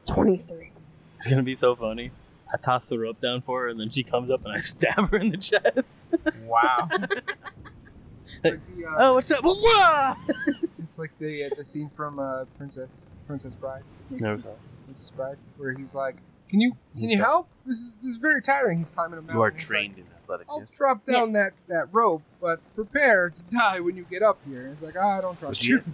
Speaker 6: 23.
Speaker 5: It's gonna be so funny. I toss the rope down for her, and then she comes up, and I *laughs* stab her in the chest.
Speaker 3: Wow.
Speaker 2: Like the, uh,
Speaker 5: oh, what's up? *laughs* Whoa!
Speaker 2: It's like the uh, the scene from uh, Princess Princess Bride.
Speaker 5: Never saw.
Speaker 2: Princess Bride, where he's like, "Can you can you help? This is this is very tiring." He's climbing a mountain.
Speaker 1: You are
Speaker 2: He's like, "Oh."
Speaker 1: trained in athletics,
Speaker 2: I'll
Speaker 1: yes?
Speaker 2: drop down that, that rope, but prepare to die when you get up here. It's like, ah, I don't trust
Speaker 1: What'd
Speaker 2: you.
Speaker 1: you get?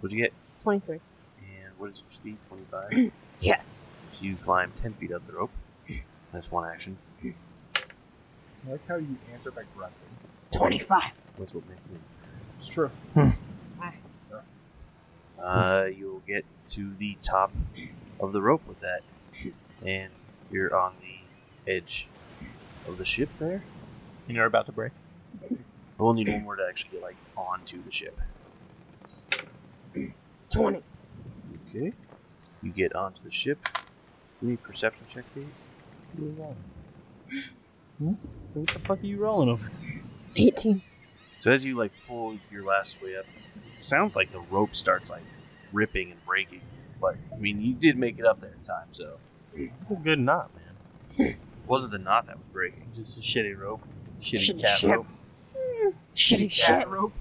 Speaker 1: What'd you get?
Speaker 6: 23.
Speaker 1: And what is your speed? 25?
Speaker 6: Yes.
Speaker 1: you climb 10 feet up the rope. That's one action.
Speaker 2: *laughs* I like how you answer by grunting.
Speaker 6: 25.
Speaker 1: That's what makes me.
Speaker 2: It's true.
Speaker 1: Uh, you'll get to the top of the rope with that. And you're on the edge of the ship there.
Speaker 3: and you're about to break.
Speaker 1: We'll need one more to actually get like onto the ship.
Speaker 6: 20.
Speaker 1: Okay. You get onto the ship. Give me a perception check, please.
Speaker 5: Hmm? So what the fuck are you rolling over?
Speaker 6: 18.
Speaker 1: So as you like pull your last way up, it sounds like the rope starts like ripping and breaking. But I mean, you did make it up there in time, so
Speaker 5: Good knot, man.
Speaker 1: it wasn't the knot that was breaking.
Speaker 5: Just a shitty rope.
Speaker 6: Shitty
Speaker 5: Shitty cat
Speaker 6: shit.
Speaker 5: rope.
Speaker 6: Shitty shit.
Speaker 2: That rope.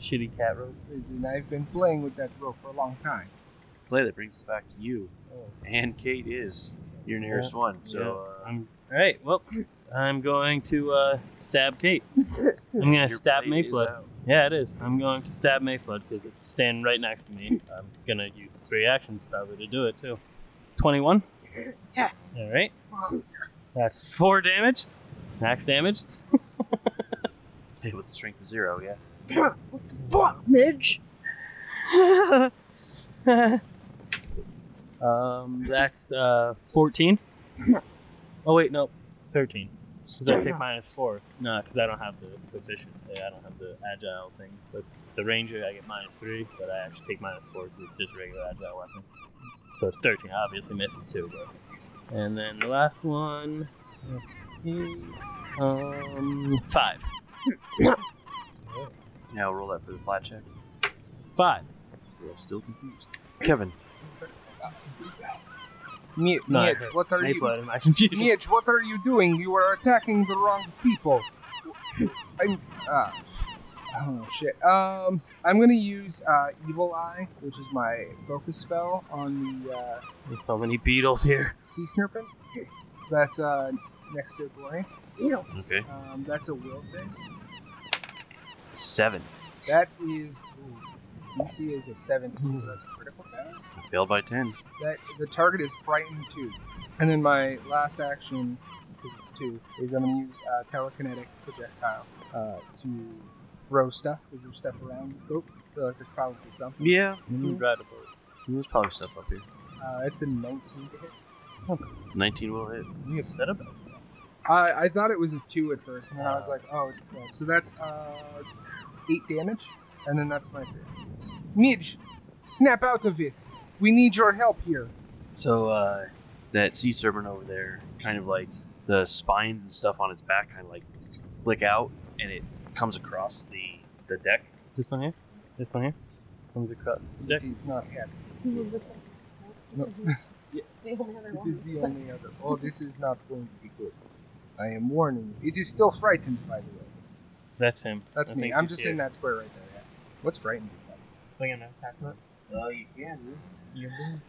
Speaker 5: Shitty cat rope.
Speaker 2: And I've been playing with that rope for a long time.
Speaker 1: Play that brings us back to you, and Kate is your nearest one. So
Speaker 5: Yeah.
Speaker 1: uh,
Speaker 5: I'm all right. Well, I'm going to uh, stab Kate. I'm
Speaker 1: *laughs*
Speaker 5: gonna
Speaker 1: your
Speaker 5: stab
Speaker 1: blade is
Speaker 5: Mayflood.
Speaker 1: out.
Speaker 5: Yeah, it is. I'm going to stab Mayflood because it's standing right next to me. I'm gonna use three actions probably to do it too. Twenty-one.
Speaker 6: Yeah.
Speaker 5: All right. That's four damage. Max damage.
Speaker 1: Hey, with the strength of zero, yeah.
Speaker 6: What the fuck, Midge?
Speaker 5: um, that's uh, fourteen. Oh wait, no, thirteen. Because I take minus four. No, because I don't have the proficiency. I don't have the agile thing. But the ranger, I get minus three, but I actually take minus four because it's just a regular agile weapon. So it's 13. Obviously misses too. But. And then the last one. Um, five.
Speaker 1: Now roll that for the flat check.
Speaker 5: Five.
Speaker 1: We're all still confused. Kevin,
Speaker 2: Mie-
Speaker 5: No, I
Speaker 2: Miej, what are you?
Speaker 5: Mayflood, am I confused?
Speaker 2: Miej, what are you doing? You are attacking the wrong people. I'm. Uh, I don't know shit. Um, I'm gonna use uh, Evil Eye, which is my focus spell on the uh,
Speaker 5: There's so many beetles here.
Speaker 2: sea snurpin. That's uh, next to glory.
Speaker 1: okay,
Speaker 2: Um, that's a will save.
Speaker 1: seven.
Speaker 2: That is. Ooh, DC is a 17, so that's a critical fail.
Speaker 1: Failed by ten.
Speaker 2: That the target is frightened too. And then my last action, because it's two, is I'm gonna use uh, telekinetic projectile uh, to throw stuff, because there's stuff around the group. So like there's probably something.
Speaker 1: Yeah,
Speaker 5: Right aboard.
Speaker 1: there's probably stuff up here.
Speaker 2: Uh, it's a 19 to hit.
Speaker 1: Nineteen will hit.
Speaker 5: You upset about
Speaker 2: I, I thought it was a two at first, and then I was like, oh, it's a 12. So that's uh, eight damage, and then that's my three. Midge, snap out of it. We need your help here.
Speaker 1: So uh, that sea serpent over there, kind of like the spines and stuff on its back, kind of like flick out, and it
Speaker 5: comes across the, the deck.
Speaker 1: This one here? This one here? Comes across the deck.
Speaker 2: He's not happy.
Speaker 4: He's in this one.
Speaker 2: No.
Speaker 4: It's the only other
Speaker 2: This is
Speaker 4: one.
Speaker 2: the only other. Oh, this is not going to be good. I am warning you. It is still frightened, by the way.
Speaker 1: That's him.
Speaker 2: That's
Speaker 1: I
Speaker 2: me.
Speaker 1: think
Speaker 2: I'm
Speaker 1: he's
Speaker 2: just
Speaker 1: here.
Speaker 2: in that square right there. Yeah. What's frightened?
Speaker 7: Swing an attack on it.
Speaker 5: Oh, you can.
Speaker 7: You're doing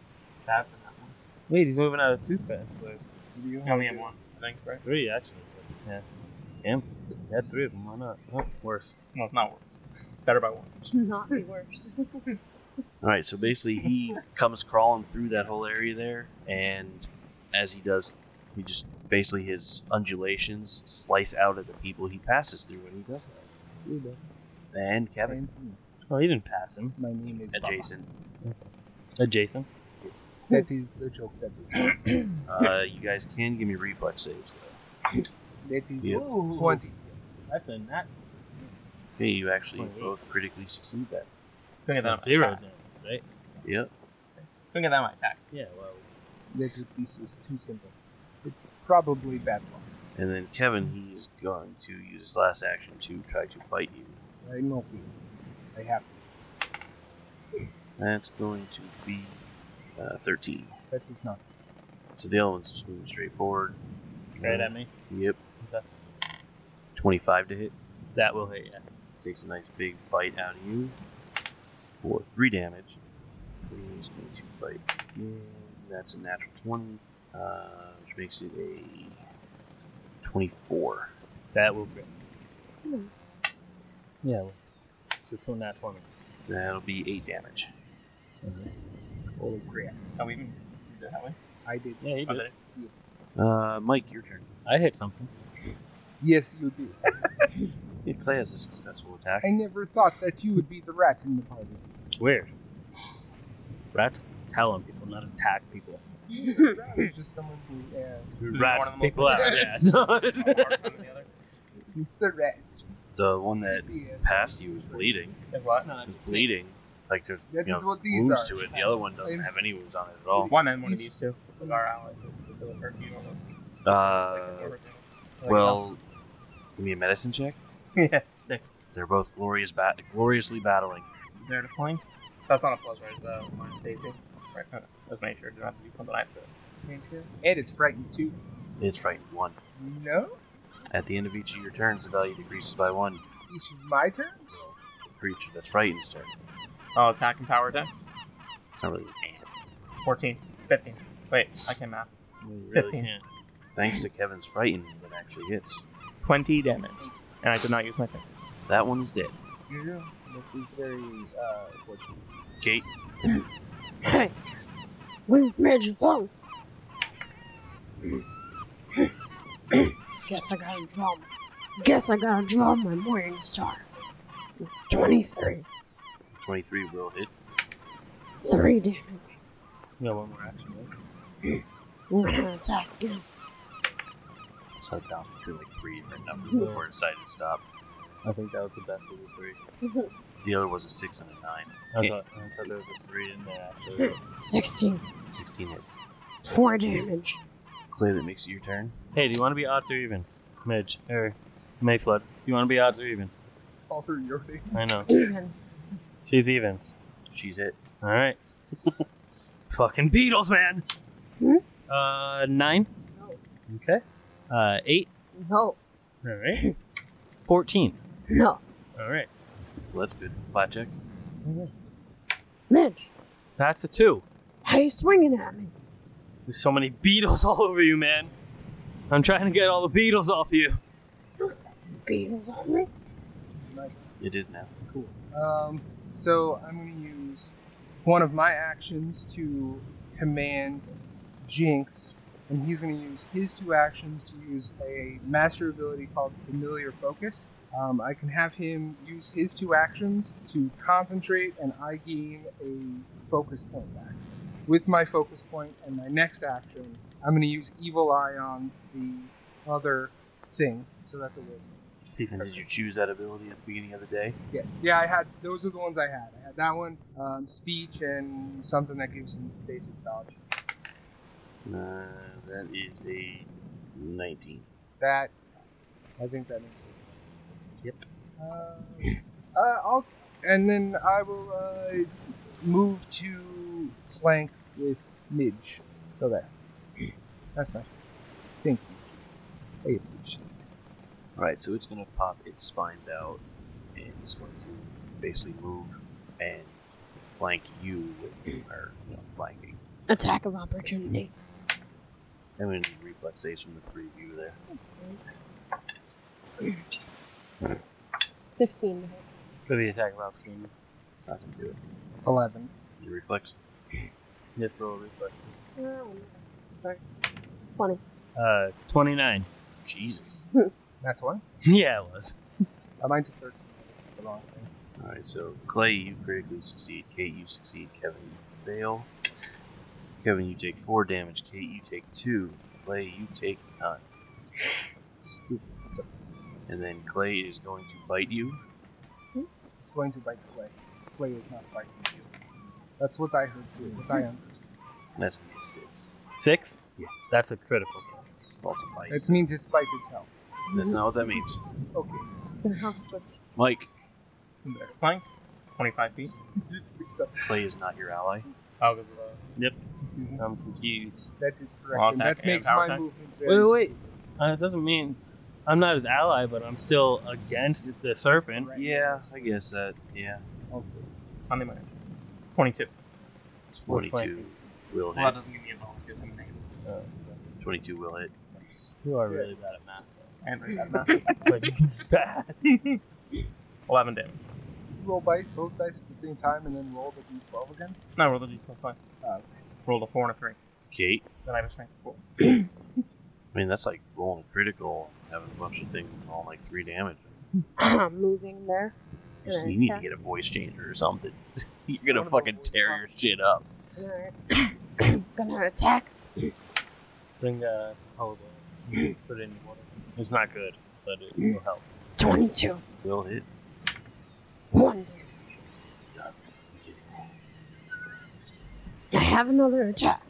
Speaker 7: bad for that one.
Speaker 1: Wait, he's moving out of two fast. So
Speaker 2: Do you
Speaker 7: I only have one, I think, right?
Speaker 1: three, actually. Yeah. Damn. Yeah, three of them. Why not? Oh, worse.
Speaker 7: No, it's not worse. Better by one.
Speaker 4: Cannot be
Speaker 5: *laughs*
Speaker 4: worse.
Speaker 5: All right, so basically he comes crawling through that whole area there, and as he does, he just basically his undulations slice out at the people he passes through, and he does that. And Kevin,
Speaker 1: Oh, he didn't pass him.
Speaker 2: My name is
Speaker 5: and
Speaker 2: Baba.
Speaker 5: Jason,
Speaker 1: Adjacent.
Speaker 2: That is the joke. That is.
Speaker 5: uh, you guys can give me reflex saves. Though.
Speaker 2: That is
Speaker 5: Yeah.
Speaker 2: twenty.
Speaker 1: That's a nat
Speaker 5: Okay, you actually
Speaker 1: Twenty-eight.
Speaker 5: both critically succeed that.
Speaker 7: Swing at that on my
Speaker 1: zero
Speaker 7: attack.
Speaker 1: damage, right?
Speaker 5: Yep.
Speaker 7: Swing at that on my attack.
Speaker 1: Yeah, well.
Speaker 2: That is- this was too simple. It's probably bad luck.
Speaker 5: And then Kevin, he's going to use his last action to try to fight you.
Speaker 2: I know feelings. I have to.
Speaker 5: That's going to be uh, 13.
Speaker 2: That is not.
Speaker 5: So the other one's just moving straight forward.
Speaker 1: Right at me.
Speaker 5: Yep.
Speaker 1: Okay.
Speaker 5: 25 to hit.
Speaker 1: That will hit, yeah.
Speaker 5: Takes a nice big bite out of you for three damage. He's going to bite again. That's a natural 20, uh, which makes it a 24.
Speaker 1: That will crit.
Speaker 4: Hmm.
Speaker 1: Yeah, well. So two nat 20.
Speaker 5: That'll be 8 damage.
Speaker 2: Holy crap!
Speaker 7: Are we even succeeded, have we?
Speaker 1: *laughs*
Speaker 2: I did.
Speaker 1: Yeah, he
Speaker 7: Oh,
Speaker 1: did.
Speaker 7: did it?
Speaker 2: Yes.
Speaker 5: Uh, Mike, your turn.
Speaker 1: I hit something.
Speaker 2: Yes, you did.
Speaker 5: He Clay has a successful attack.
Speaker 2: I never thought that you would be the rat in the party.
Speaker 1: Weird. Rats tell on people, not attack people.
Speaker 2: Rat is just someone who. Uh,
Speaker 7: This is
Speaker 1: Rats
Speaker 7: one of the
Speaker 1: people out, yeah. *laughs*
Speaker 7: most- One harder than the other.
Speaker 2: it's the rat.
Speaker 5: The one that
Speaker 2: Yes.
Speaker 5: passed you is bleeding.
Speaker 7: There's what?
Speaker 5: It's bleeding. Like there's you
Speaker 2: That is
Speaker 5: know,
Speaker 2: what these
Speaker 5: wounds
Speaker 2: are.
Speaker 5: to it. The other one doesn't have any wounds on it at all.
Speaker 7: One and one of these two. With our ally. With the perfume on them.
Speaker 5: Uh,
Speaker 7: Like,
Speaker 5: well, give me a medicine check.
Speaker 7: *laughs* yeah, six.
Speaker 5: They're both glorious bat- gloriously battling.
Speaker 7: There to point. That's not a plus, right? Is that one Daisy? Right. Okay. Let's make sure. it doesn't have to be something I have to change here.
Speaker 2: And it's frightened too.
Speaker 5: It's right one.
Speaker 2: No,
Speaker 5: At the end of each of your turns, the value decreases by one.
Speaker 2: each is my turn.
Speaker 5: The creature that's frightened turn.
Speaker 7: Oh, attack and power attack.
Speaker 5: It's not really.
Speaker 7: 14. 15. Wait, I can math.
Speaker 1: We Oh, really
Speaker 7: 15.
Speaker 1: can't.
Speaker 5: *laughs* Thanks to Kevin's frightened, it actually hits.
Speaker 7: 20 damage. And I did not use my thing.
Speaker 5: That one is dead.
Speaker 2: Yeah, that is very uh, fortunate.
Speaker 5: Kate,
Speaker 6: Hey, leave Midge alone. Guess I gotta draw. Guess I gotta draw my morning star. Twenty-three,
Speaker 5: 23 will hit.
Speaker 6: three damage.
Speaker 1: We got one more action. right?
Speaker 6: I'm gonna attack again.
Speaker 5: So it's down between like three different numbers before it decided to stop.
Speaker 1: I think that was the best of the three.
Speaker 5: The other was a six and a nine.
Speaker 1: I
Speaker 5: Yeah.
Speaker 1: thought, I thought there was a three in there after.
Speaker 6: Sixteen,
Speaker 5: 16 hits.
Speaker 6: four damage.
Speaker 5: Clay, that makes it your turn.
Speaker 1: hey, do you want to be odds or evens? Midge. Or Mayflood. Do you want to be odds or evens?
Speaker 2: All through your thing.
Speaker 1: I know.
Speaker 6: Evens.
Speaker 1: She's evens.
Speaker 5: She's hit.
Speaker 1: All
Speaker 5: *laughs*
Speaker 1: right. Fucking Beatles, man.
Speaker 6: Hmm?
Speaker 1: Uh, nine. Okay. Uh, eight.
Speaker 6: No,
Speaker 1: All right. Fourteen.
Speaker 6: no,
Speaker 1: All right.
Speaker 5: Well, that's good. Flat check.
Speaker 6: Midge.
Speaker 1: That's a two.
Speaker 6: How you swinging at me?
Speaker 1: There's so many Beatles *laughs* all over you, man. I'm trying to get all the Beatles off you.
Speaker 6: Beetles on me?
Speaker 5: It is now.
Speaker 2: Cool. Um, so I'm going to use one of my actions to command Jinx, and he's going to use his two actions to use a master ability called Familiar Focus. Um, I can have him use his two actions to concentrate, and I gain a focus point back. With my focus point and my next action, I'm going to use Evil Eye on the other thing. So that's a wisdom.
Speaker 5: And did you choose that ability at the beginning of the day?
Speaker 2: Yes. Yeah, I had those are the ones I had. I had that one, um, speech, and something that gives him basic knowledge.
Speaker 5: Uh, that is a 19.
Speaker 2: That I think that makes Uh, uh, I'll, and then I will uh, move to flank with Midge. So there. That's my Thank you. I appreciate
Speaker 5: Right, so it's gonna pop its spines out and it's going to basically move and flank you with or you know, flanking.
Speaker 4: Attack of opportunity.
Speaker 5: I'm gonna need reflex saves from the preview there.
Speaker 6: 15.
Speaker 7: For the attack of opportunity.
Speaker 5: It's not gonna do it.
Speaker 2: it. 11.
Speaker 5: Your reflex?
Speaker 7: Yes, roll reflex.
Speaker 6: Oh,
Speaker 7: Uh, 29.
Speaker 5: Jesus.
Speaker 2: That's one?
Speaker 7: yeah, it was.
Speaker 2: Uh, mine's a 13. The wrong thing.
Speaker 5: Alright, so Clay, you critically succeed. Kate, you succeed. Kevin, you fail. Kevin, you take four damage. Kate, you take two. Clay, you take none.
Speaker 2: Stupid. So
Speaker 5: And then Clay is going to bite you.
Speaker 2: it's going to bite Clay. Clay is not biting you. That's what I heard too. What I am.
Speaker 5: That's gonna be a six.
Speaker 7: Six?
Speaker 5: Yeah.
Speaker 7: That's a critical.
Speaker 5: Multiply.
Speaker 2: That means his bite is hell.
Speaker 5: That's not what that means.
Speaker 2: Okay.
Speaker 6: so now
Speaker 4: *clears throat*
Speaker 6: it's with
Speaker 5: Mike,
Speaker 8: They're flying. 25 feet.
Speaker 5: Clay is not your ally.
Speaker 8: Oh, because of
Speaker 7: uh,
Speaker 8: the.
Speaker 7: I'm confused.
Speaker 2: That is
Speaker 8: Well,
Speaker 2: correct. And
Speaker 8: attack
Speaker 2: that makes
Speaker 8: and power
Speaker 2: my
Speaker 8: attack.
Speaker 2: movement
Speaker 7: Wait,
Speaker 2: very
Speaker 7: wait, wait. Uh, it doesn't mean I'm not his ally, but I'm still against the serpent.
Speaker 5: Yeah, I guess that. Yeah,
Speaker 8: Also, on the minute. 22. We're
Speaker 5: twenty-two will
Speaker 8: Well, that
Speaker 5: hit.
Speaker 8: doesn't give me a bonus because I'm negative.
Speaker 5: Twenty-two will hit.
Speaker 7: You are really bad at math.
Speaker 8: And that's not
Speaker 7: *laughs* Like, bad. *laughs*
Speaker 8: 11 damage.
Speaker 2: roll dice, both dice at the same time and then roll the d12 again.
Speaker 8: No, roll the d12 twice.
Speaker 7: uh,
Speaker 2: Oh.
Speaker 8: Roll a 4 and a 3.
Speaker 5: Kate,
Speaker 8: Then I have a strength of 4.
Speaker 5: I mean that's like rolling a critical, having a bunch of things and rolling like three damage.
Speaker 4: moving there.
Speaker 5: You
Speaker 4: Gonna
Speaker 5: need to
Speaker 4: attack.
Speaker 5: get a voice changer or something. *laughs* You're gonna
Speaker 2: What about
Speaker 5: fucking
Speaker 2: voice
Speaker 5: tear your shit up.
Speaker 4: Alright. gonna attack.
Speaker 7: Bring uh, the hold
Speaker 5: *clears throat*
Speaker 7: it. Put it in the water. It's not good, but it will help.
Speaker 4: 22.
Speaker 5: Mm. Will hit.
Speaker 4: One. I have another attack.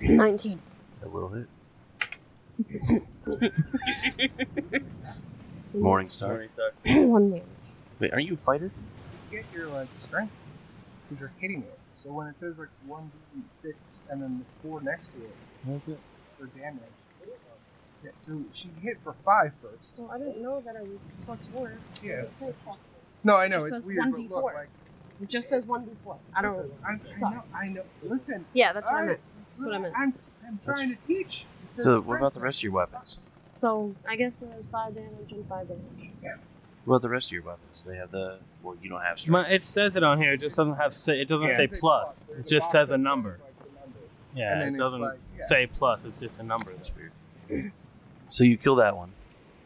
Speaker 4: 19.
Speaker 5: That will
Speaker 1: *laughs*
Speaker 5: hit. Morning star.
Speaker 4: One damage.
Speaker 5: Wait, aren't you a fighter?
Speaker 2: You get your like strength because you're hitting it. So when it says like one d six and then the four next to it for damage. Yeah, so she hit for five first.
Speaker 6: Well, I didn't know that I was plus 4.
Speaker 2: Yeah.
Speaker 6: It doesn't say plus
Speaker 2: No, I know
Speaker 6: It
Speaker 2: it's
Speaker 6: says
Speaker 2: weird, but look
Speaker 6: 1d4.
Speaker 2: like
Speaker 6: 4. It just says 1d4. I don't know.
Speaker 2: I, I
Speaker 6: Sorry.
Speaker 2: know, I know. Listen,
Speaker 4: Yeah, that's what I
Speaker 2: I-
Speaker 4: meant. That's what I meant.
Speaker 2: I'm I'm trying to teach. It says
Speaker 5: So what
Speaker 2: strength.
Speaker 5: about the rest of your weapons?
Speaker 4: So I guess it was 5 damage and 5 damage.
Speaker 5: What about the rest of your weapons? They have the well, you don't have strength.
Speaker 7: My, it says it on here. It just doesn't have. Say, it doesn't
Speaker 8: Yeah.
Speaker 7: say
Speaker 2: It says
Speaker 7: plus.
Speaker 2: There's
Speaker 7: It just
Speaker 2: box
Speaker 7: says
Speaker 2: that
Speaker 7: a number.
Speaker 2: like, the number.
Speaker 7: Yeah,
Speaker 2: and then
Speaker 7: it
Speaker 2: it's
Speaker 7: doesn't
Speaker 2: like, yeah.
Speaker 7: say plus. It's just a number.
Speaker 5: That's weird. So you kill that one.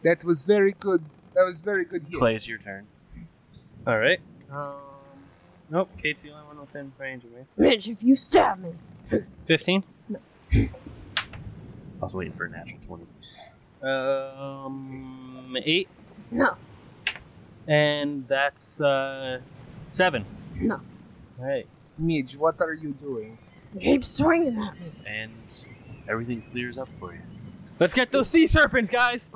Speaker 2: That was very good. That was very good hit.
Speaker 5: Clay, it's your turn.
Speaker 7: All right. Um, nope. Kate's the only one within range of me.
Speaker 4: Midge, if you stab me.
Speaker 7: Fifteen.
Speaker 5: I was waiting for a natural twenty.
Speaker 7: Um, eight,
Speaker 4: No.
Speaker 7: and that's uh, seven.
Speaker 4: No.
Speaker 7: All right.
Speaker 2: Midge, what are you doing?
Speaker 4: Keep swinging at me.
Speaker 5: and everything clears up for you.
Speaker 7: Let's get those sea serpents, guys.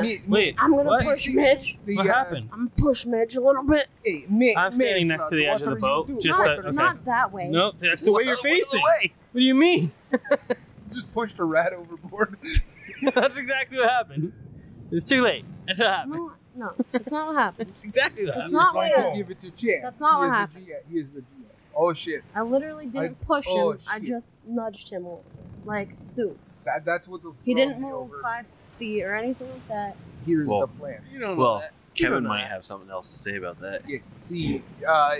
Speaker 2: Mi-
Speaker 7: *coughs* Wait.
Speaker 4: I'm gonna
Speaker 7: what?
Speaker 4: push Midge.
Speaker 2: the,
Speaker 7: what
Speaker 2: uh,
Speaker 7: happened?
Speaker 4: I'm gonna push Midge a little bit.
Speaker 2: Hey, Mi-
Speaker 7: I'm standing
Speaker 2: Midge,
Speaker 7: next to the
Speaker 2: what
Speaker 7: edge of the
Speaker 2: are you
Speaker 7: boat,
Speaker 2: doing?
Speaker 7: just
Speaker 4: not,
Speaker 7: so- okay.
Speaker 4: not that way.
Speaker 7: Nope, that's the way you're
Speaker 2: Look away.
Speaker 7: facing. What do you mean?
Speaker 2: just pushed a rat overboard.
Speaker 7: that's exactly what happened. It's too late. That's what happened.
Speaker 4: No, no, that's not what happened.
Speaker 7: That's exactly what
Speaker 4: That's
Speaker 7: happened.
Speaker 4: not
Speaker 2: Trying
Speaker 4: what
Speaker 2: to
Speaker 4: happened.
Speaker 2: give it to chance.
Speaker 4: That's not
Speaker 2: he
Speaker 4: what
Speaker 2: is a
Speaker 4: happened.
Speaker 2: GM. He is the GM. Oh shit!
Speaker 4: I literally didn't push him.
Speaker 2: oh,
Speaker 4: I
Speaker 2: shit.
Speaker 4: just nudged him a little. Like, dude,
Speaker 2: That, that's what the
Speaker 4: he didn't
Speaker 2: throw me
Speaker 4: move
Speaker 2: Oh, over.
Speaker 4: five feet or anything like that.
Speaker 2: Here's
Speaker 5: Well.
Speaker 2: the plan.
Speaker 7: You don't
Speaker 5: Well,
Speaker 7: You don't
Speaker 5: Kevin
Speaker 7: know
Speaker 5: might
Speaker 7: that.
Speaker 5: have something else to say about that.
Speaker 2: Yes. See, uh,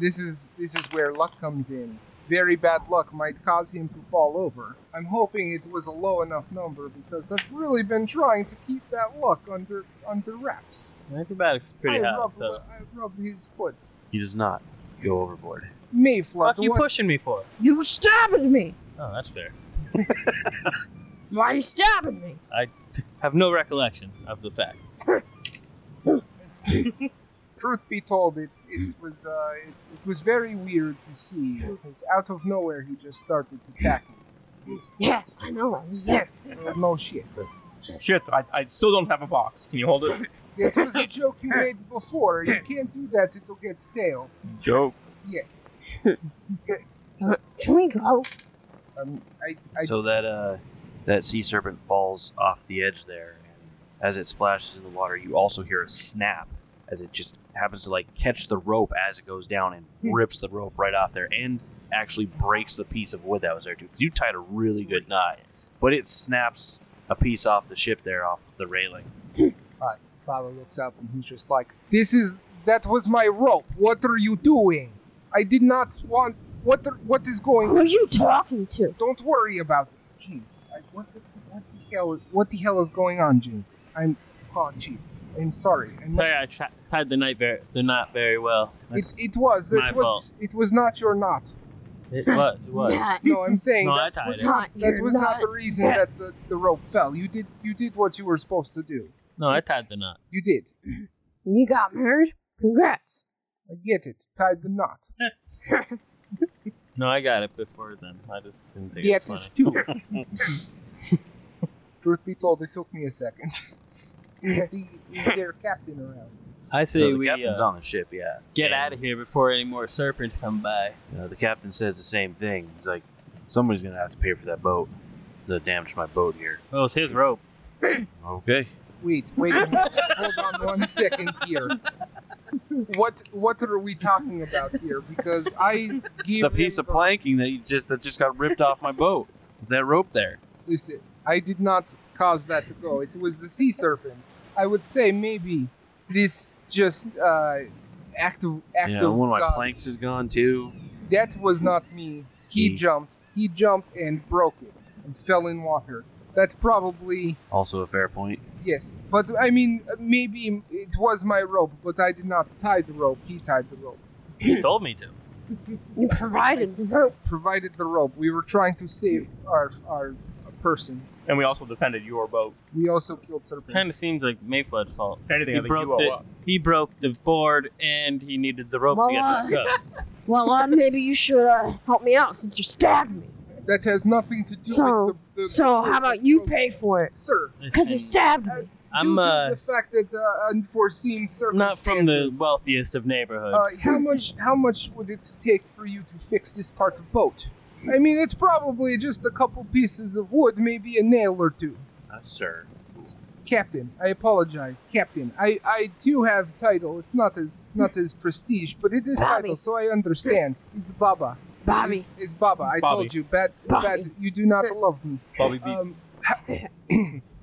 Speaker 2: this is this is where luck comes in. Very bad luck might cause him to fall over. I'm hoping it was a low enough number because I've really been trying to keep that luck under under wraps.
Speaker 7: that. Acrobatics is pretty
Speaker 2: I
Speaker 7: high.
Speaker 2: rub,
Speaker 7: So,
Speaker 2: I rub his foot.
Speaker 5: He does not go overboard.
Speaker 2: Mayfluck,
Speaker 7: fuck you
Speaker 2: what-
Speaker 7: pushing me for?
Speaker 4: You stabbing me!
Speaker 7: Oh, that's fair.
Speaker 4: Why are you stabbing me?
Speaker 7: Have no recollection of the fact.
Speaker 2: truth be told, it, it was uh, it, it was very weird to see because out of nowhere he just started to attack me. Oh,
Speaker 4: Yeah, I know, I was there.
Speaker 7: Hmm.
Speaker 2: No shit.
Speaker 8: Shit, I, I still don't have a box. Can you hold it?
Speaker 2: That was a joke
Speaker 7: *laughs*
Speaker 2: you made before. You can't do that; it'll get stale.
Speaker 7: Joke.
Speaker 2: Yes.
Speaker 6: Can we go?
Speaker 2: Um, I, I
Speaker 1: So that uh, that sea serpent falls off the edge there, and as it splashes in the water, you also hear a snap as it just happens to like catch the rope as it goes down
Speaker 5: Hmm.
Speaker 1: and rips the rope right off there, and actually breaks the piece of wood that was there too. 'Cause you tied a really good knot, but it snaps a piece off the ship there, off the railing.
Speaker 2: Baba looks up and he's just like, "This is that was my rope. What are you doing? I did not want. What are, what is going?
Speaker 6: Who are you talking to?
Speaker 2: *laughs* Don't worry about it, Jinx. I, what, the, what the hell? What the hell is going on, Jinx? I'm. Oh, jeez. I'm sorry. I must,
Speaker 5: Sorry, I tra- tied the night very, the knot very well.
Speaker 2: it,
Speaker 5: That's-
Speaker 2: it was. That
Speaker 5: my
Speaker 2: was.
Speaker 5: fault.
Speaker 2: It was not your
Speaker 6: *laughs*
Speaker 2: knot.
Speaker 5: it was. It was.
Speaker 6: Not,
Speaker 2: No, I'm saying
Speaker 5: No, I
Speaker 2: that
Speaker 5: tied
Speaker 2: was
Speaker 5: it.
Speaker 2: not.
Speaker 6: Not
Speaker 2: That
Speaker 6: your
Speaker 2: was not
Speaker 6: knot.
Speaker 2: the reason that the, the rope fell. You did. You did what you were supposed to do.
Speaker 5: No, I tied the knot.
Speaker 2: You did.
Speaker 6: you got married? Congrats.
Speaker 2: I get it. Tied the knot.
Speaker 5: No, I got it before then. I just didn't think
Speaker 2: Yet
Speaker 5: it was
Speaker 2: it's
Speaker 5: funny.
Speaker 2: two.
Speaker 1: *laughs*
Speaker 2: Truth be told, it took me a second. is, the, is their captain around?
Speaker 5: I say
Speaker 1: So the
Speaker 5: we
Speaker 1: captain's
Speaker 5: uh,
Speaker 1: on the ship, yeah.
Speaker 5: get
Speaker 1: And,
Speaker 5: out of here before any more serpents come by.
Speaker 1: uh, the captain says the same thing. He's like, somebody's gonna have to pay for that boat, the damage to my boat here.
Speaker 5: Well, it's his rope.
Speaker 1: Okay.
Speaker 2: Wait, wait, a minute. hold on one second here. What what are we talking about here? Because I gave
Speaker 1: the piece
Speaker 2: him
Speaker 1: of planking that you just that just got ripped off my boat. That rope there.
Speaker 2: Listen, I did not cause that to go. It was the sea serpent. I would say maybe this just uh, act of act
Speaker 1: Yeah,
Speaker 2: of
Speaker 1: one of my
Speaker 2: God's.
Speaker 1: planks is gone too.
Speaker 2: That was not me. He
Speaker 5: Hmm.
Speaker 1: He-
Speaker 2: jumped. He jumped and broke it and fell in water. That probably
Speaker 1: Also a fair point.
Speaker 2: yes. But I mean, maybe it was my rope, but I did not tie the rope. He tied the rope.
Speaker 5: He told me to.
Speaker 6: You provided the rope.
Speaker 2: Provided the rope. We were trying to save our our person.
Speaker 7: And we also defended your boat.
Speaker 2: We also killed serpents.
Speaker 5: Kind of seems like Mayflood's fault.
Speaker 7: If anything,
Speaker 5: He
Speaker 7: I think you
Speaker 5: broke
Speaker 7: owe
Speaker 5: the-
Speaker 7: us.
Speaker 5: He broke the board and he needed the rope to get
Speaker 6: Voila.
Speaker 5: back up.
Speaker 6: Well, uh, maybe you should uh, help me out since you stabbed me.
Speaker 2: That has nothing to do
Speaker 6: So-
Speaker 2: with the, the
Speaker 6: So how about you pay for it?
Speaker 2: sir?
Speaker 6: Because you stabbed me.
Speaker 5: I'm
Speaker 2: due to
Speaker 5: uh,
Speaker 2: the fact that uh, unforeseen circumstances.
Speaker 5: not from the wealthiest of
Speaker 2: Uh,
Speaker 5: neighborhoods.
Speaker 2: how much? How much would it take for you to fix this part of boat? I mean, it's probably just a couple pieces of wood, maybe a nail or two.
Speaker 1: Uh, sir.
Speaker 2: Captain, I apologize, Captain. I, I do have title. It's not as not as prestige, but it is
Speaker 6: Bobby.
Speaker 2: title, so I understand. It's Baba.
Speaker 6: Bobby.
Speaker 2: It's Baba. I
Speaker 7: Bobby.
Speaker 2: told you, bad,
Speaker 6: Bobby.
Speaker 2: bad. You do not love me.
Speaker 7: Bobby Beats.
Speaker 2: Um, how,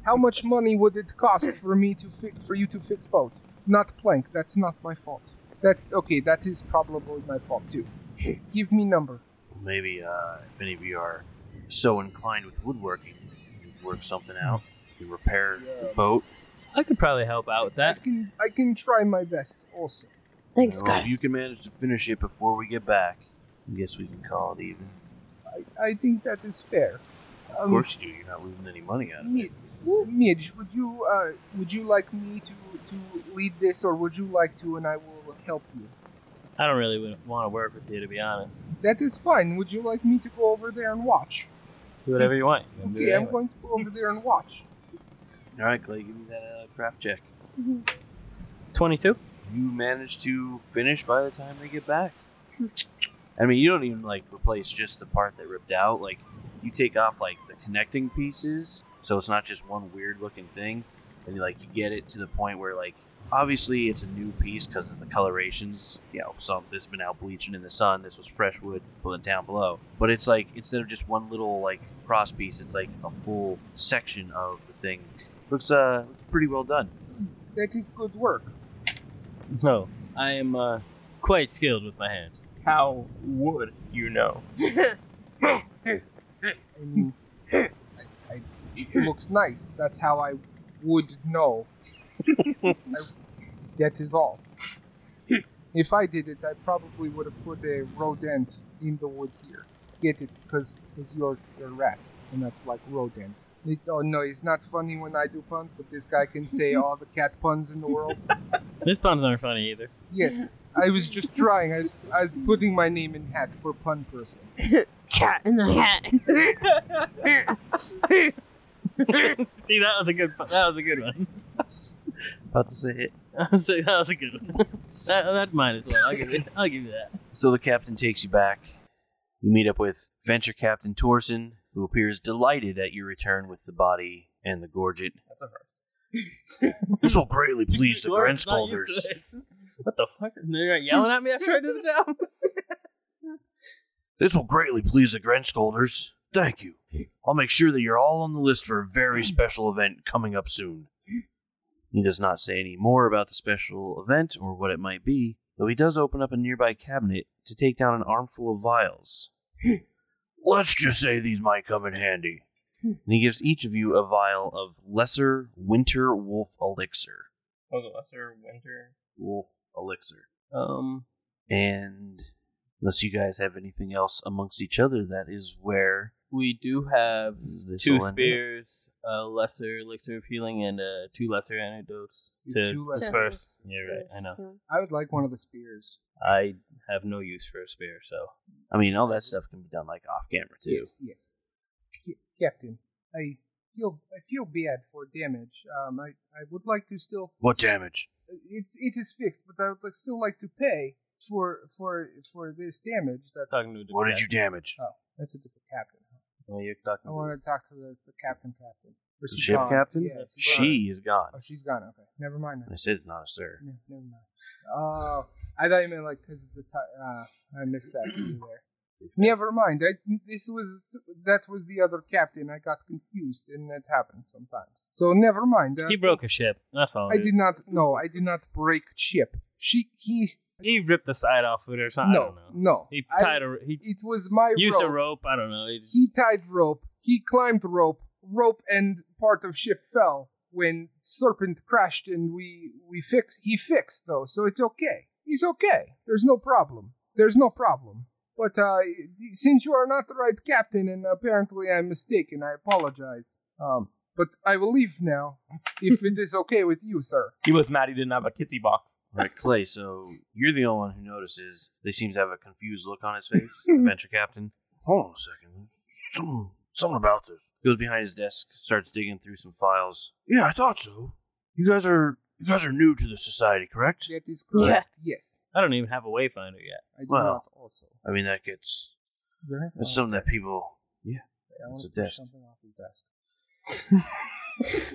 Speaker 2: *clears throat* how much money would it cost for me to fi- for you to fix boat? Not plank. That's not my fault. That okay. That is probably my fault
Speaker 1: *laughs*
Speaker 2: too. Give me number.
Speaker 1: Maybe uh, if any of you are so inclined with woodworking, you can work something out. You repair the boat.
Speaker 5: I could probably help out with
Speaker 2: I
Speaker 5: Oh, that.
Speaker 2: can I can try my best. Also,
Speaker 6: Thanks,
Speaker 1: Well, If
Speaker 6: guys.
Speaker 1: you can manage to finish it before we get back, I guess we can call it even.
Speaker 2: I, I think that is fair. Um,
Speaker 1: Of course you do. You're not losing any money out of it.
Speaker 2: Midge, Midge, would you uh, would you like me to to lead this, or would you like to, and I will help you?
Speaker 5: I don't really want to work with you, to be honest.
Speaker 2: That is fine. Would you like me to go over there and watch?
Speaker 5: Do whatever you want.
Speaker 2: Okay, I'm going to go over there and watch.
Speaker 1: All right, Clay, give me that uh, craft check.
Speaker 5: 22?
Speaker 1: you manage to finish by the time they get back. I mean, you don't even like replace just the part that ripped out. Like, you take off like the connecting pieces, so it's not just one weird looking thing. And like, you get it to the point where like, obviously, it's a new piece because of the colorations. You know, some this has been out bleaching in the sun. This was fresh wood put down below. But it's like instead of just one little like cross piece, it's like a full section of the thing. Looks uh looks pretty well done.
Speaker 2: That is good work.
Speaker 5: No. I am uh, quite skilled with my hands.
Speaker 7: How would you know?
Speaker 2: I mean, I, I, it looks nice. That's how I would know. I- that is all. If I did it, I probably would have put a rodent in the wood here. Get it? Because you're a rat, and that's like rodent. It, oh no, it's not funny when I do puns, but this guy can say all the cat puns in the world.
Speaker 5: This puns aren't funny either.
Speaker 2: Yes, I was just trying. I was, I was putting my name in hat for pun person.
Speaker 6: Cat in the hat.
Speaker 5: See, that was a good pun- that was a good one.
Speaker 1: *laughs* About to say it.
Speaker 5: *laughs* that was a good one. That, that's mine as well. I'll give, it, I'll give you that.
Speaker 1: So the captain takes you back. You meet up with Venture Captain Torsen, who appears delighted at your return with the body and the gorget.
Speaker 3: That's a first.
Speaker 1: This will greatly please the
Speaker 5: Laura's not used
Speaker 1: Grenscalders.
Speaker 5: to this. What the fuck? They're yelling at me after I did the job.
Speaker 1: This will greatly please the Grenscalders. Thank you. I'll make sure that you're all on the list for a very special event coming up soon. He does not say any more about the special event or what it might be, though he does open up a nearby cabinet to take down an armful of vials. Let's just say these might come in handy. And he gives each of you a vial of lesser winter wolf elixir.
Speaker 3: What was it, Lesser Winter?
Speaker 1: Wolf elixir.
Speaker 5: Um,
Speaker 1: And unless you guys have anything else amongst each other, that is where
Speaker 5: we do have
Speaker 1: this
Speaker 5: two spears, a lesser elixir of healing, and uh, two lesser antidotes to
Speaker 2: Two less-
Speaker 5: disperse. Yeah, right. I know.
Speaker 2: I would like one of the spears.
Speaker 5: I have no use for a spear, so
Speaker 1: I mean, all that stuff can be done like off camera too.
Speaker 2: Yes, yes. C- Captain, I feel I feel bad for damage. Um, I, I would like to still
Speaker 1: What damage?
Speaker 2: it's it is fixed, but I would like, still like to pay for for for this damage. That
Speaker 5: talking to the
Speaker 1: What did you damage?
Speaker 2: oh, that's a different captain.
Speaker 5: Well, you're talking
Speaker 2: I want to talk to the, the captain. Captain. Or
Speaker 1: The
Speaker 2: she's
Speaker 1: ship
Speaker 2: gone.
Speaker 1: captain?
Speaker 2: Yeah, she's gone.
Speaker 1: She is
Speaker 2: Oh,
Speaker 1: gone.
Speaker 2: she's gone. Okay, never mind. Now.
Speaker 1: I said it's not a sir.
Speaker 2: No, never mind. Oh, I thought you meant like because of the ti Uh, I missed that thing there. Never mind. I, this was that was the other captain. I got confused, and that happens sometimes. So never mind. Uh,
Speaker 5: He broke a ship. That's all.
Speaker 2: I did not. No, I did not break ship. She, he.
Speaker 5: He ripped the side off of it or something. I
Speaker 2: no,
Speaker 5: don't know.
Speaker 2: no.
Speaker 5: He
Speaker 2: I-
Speaker 5: tied a. He
Speaker 2: It was my
Speaker 5: used
Speaker 2: rope.
Speaker 5: a rope. I don't know. He just,
Speaker 2: He tied rope. He climbed rope. Rope and part of ship fell when serpent crashed, and we we fix. He fixed though, so it's okay. He's okay. There's no problem. There's no problem. But uh, since you are not the right captain, and apparently I'm mistaken, I apologize. Um, but I will leave now, if it is okay with you, sir.
Speaker 7: He was mad he didn't have a kitty box.
Speaker 1: Right, Clay. So you're the only one who notices. They seem to have a confused look on his face. *laughs* the venture captain. Hold on a second. Something, something about this. Goes behind his desk, starts digging through some files. Yeah, I thought so. You guys are you guys are new to the society, correct?
Speaker 2: That is correct. Yes,
Speaker 5: I don't even have a wayfinder yet.
Speaker 2: I do
Speaker 1: Well,
Speaker 2: not also.
Speaker 1: I mean, that gets
Speaker 2: Very
Speaker 1: that's something that people
Speaker 2: I want
Speaker 1: It's a
Speaker 2: to push
Speaker 1: desk.
Speaker 2: something off his desk.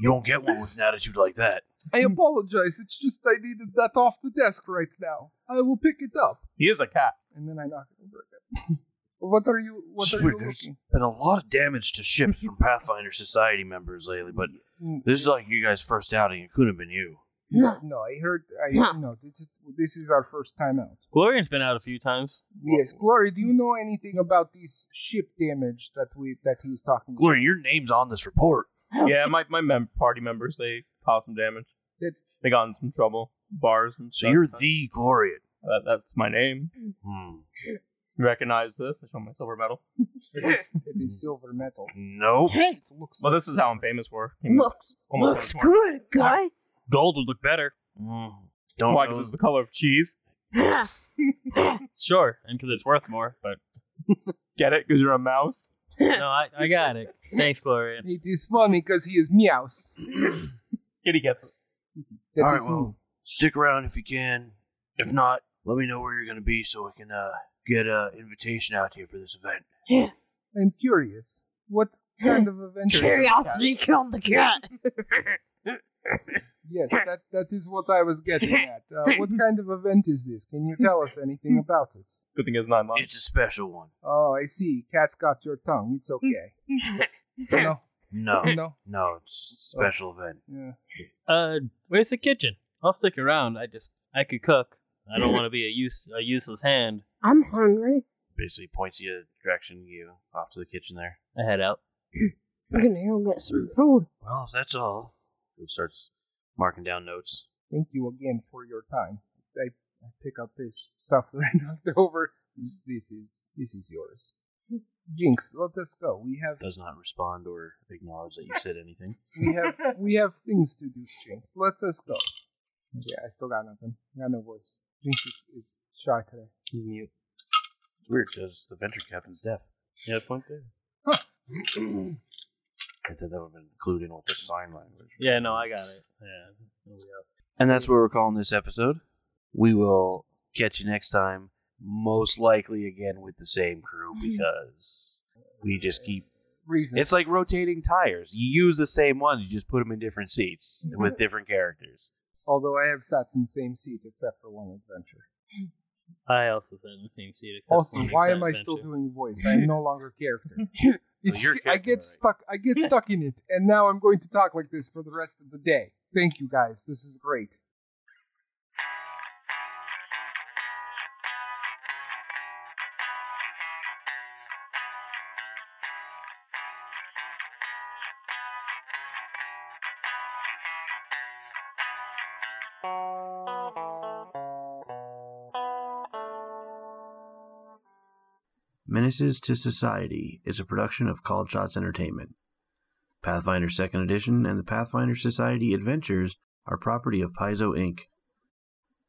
Speaker 1: you won't get one with an attitude like that.
Speaker 2: I apologize. It's just I needed that off the desk right now. I will pick it up.
Speaker 7: He is a cat.
Speaker 2: And then I knock it over again. *laughs* what are you? What are
Speaker 1: Sweet,
Speaker 2: you
Speaker 1: there's
Speaker 2: looking?
Speaker 1: been a lot of damage to ships from Pathfinder Society members lately, but
Speaker 2: Mm,
Speaker 1: this is like you guys' first outing. It couldn't have been you.
Speaker 2: No, no, I heard. I no. This is this is our first time out.
Speaker 5: Glorian's been out a few times.
Speaker 2: Yes, Glory. Do you know anything about this ship damage that we that he's talking about?
Speaker 1: Glory, your name's on this report.
Speaker 6: Oh.
Speaker 7: Yeah, my my mem- party members they caused some damage.
Speaker 2: Did-
Speaker 7: They got in some trouble. Bars and
Speaker 1: So
Speaker 7: stuff. Uh,
Speaker 1: you're the Glorian.
Speaker 7: That, that's my name.
Speaker 1: Hmm.
Speaker 7: Recognize this? I show my silver
Speaker 6: *laughs*
Speaker 7: medal.
Speaker 2: It
Speaker 1: *laughs*
Speaker 2: is, it is silver metal.
Speaker 1: Nope.
Speaker 6: Hey,
Speaker 2: It looks.
Speaker 7: Well,
Speaker 2: like
Speaker 7: this is how I'm famous for.
Speaker 6: looks
Speaker 7: Almost
Speaker 6: looks
Speaker 7: everyone.
Speaker 6: good, guy.
Speaker 5: Gold would look better.
Speaker 1: Hmm. Don't
Speaker 7: Why?
Speaker 1: know.
Speaker 7: Because it's the color of cheese.
Speaker 5: Sure, and because it's worth more.
Speaker 2: *laughs*
Speaker 5: But
Speaker 7: Get it? Because you're a mouse.
Speaker 5: no, I, I got it. Thanks, Glorian.
Speaker 2: It is funny because he is meows.
Speaker 7: Kitty gets it.
Speaker 2: That
Speaker 1: All right,
Speaker 2: is
Speaker 1: well, stick around if you can. If not, let me know where you're going to be so I can uh, get an invitation out to you for this event.
Speaker 2: me. I'm curious. What kind of adventure? is this?
Speaker 6: Curiosity killed the cat.
Speaker 2: Yes, that, that is what I was getting at. Uh, what kind of event is this? Can you tell us anything about it?
Speaker 7: Good thing it's not mine.
Speaker 1: It's a special one.
Speaker 2: Oh, I see. Cat's got your tongue. It's okay. No, *laughs*
Speaker 1: No,
Speaker 2: no.
Speaker 1: no, it's a special event.
Speaker 2: Yeah.
Speaker 5: Uh, where's the kitchen? I'll stick around. I just I could cook. I don't want to be a use a useless hand.
Speaker 6: I'm hungry.
Speaker 1: Basically points you a direction you off to the kitchen there.
Speaker 5: I head out.
Speaker 6: I'm gonna go get some food.
Speaker 1: Well, if that's all, he starts marking down notes.
Speaker 2: Thank you again for your time. I, I pick up this stuff that I knocked *laughs* over. This, this is this is yours. Jinx, let us go. We have
Speaker 1: Does not respond or acknowledge that you said anything.
Speaker 2: we have we have things to do, Jinx. Let us go. Yeah, I still got nothing. I got no voice. Jinx is, is shy today.
Speaker 1: He's mute. It's weird because the venture captain's deaf.
Speaker 5: Yeah, point there.
Speaker 1: It's never been included in with the sign language.
Speaker 5: Yeah, no, I got it. Yeah.
Speaker 1: And that's where we're calling this episode. We will catch you next time, most likely again with the same crew because we just keep.
Speaker 2: Reasons.
Speaker 1: It's like rotating tires. You use the same ones, you just put them in different seats with different characters.
Speaker 2: Although I have sat in the same seat except for one adventure.
Speaker 5: I also sat in the same seat. except
Speaker 2: Also,
Speaker 5: for one
Speaker 2: why
Speaker 5: that
Speaker 2: am I still
Speaker 5: adventure.
Speaker 2: doing voice? I am no longer character. It's,
Speaker 1: you're
Speaker 2: I
Speaker 1: character,
Speaker 2: get
Speaker 1: right.
Speaker 2: stuck. I get stuck in it, and now I'm going to talk like this for the rest of the day. Thank you guys. This is great.
Speaker 9: Menaces to Society is a production of Called Shots Entertainment. Pathfinder 2nd Edition and the Pathfinder Society Adventures are property of Paizo Inc.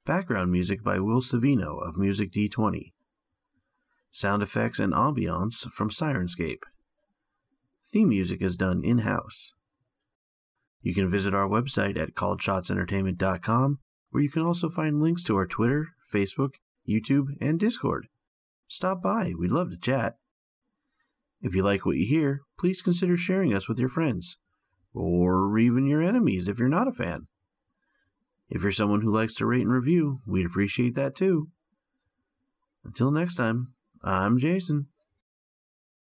Speaker 9: Background music by Will Savino of Music D20. Sound effects and ambiance from Sirenscape. Theme music is done in house. You can visit our website at calledshotsentertainment.com, where you can also find links to our Twitter, Facebook, YouTube, and Discord stop by. We'd love to chat. If you like what you hear, please consider sharing us with your friends, or even your enemies if you're not a fan. If you're someone who likes to rate and review, we'd appreciate that too. Until next time, I'm Jason.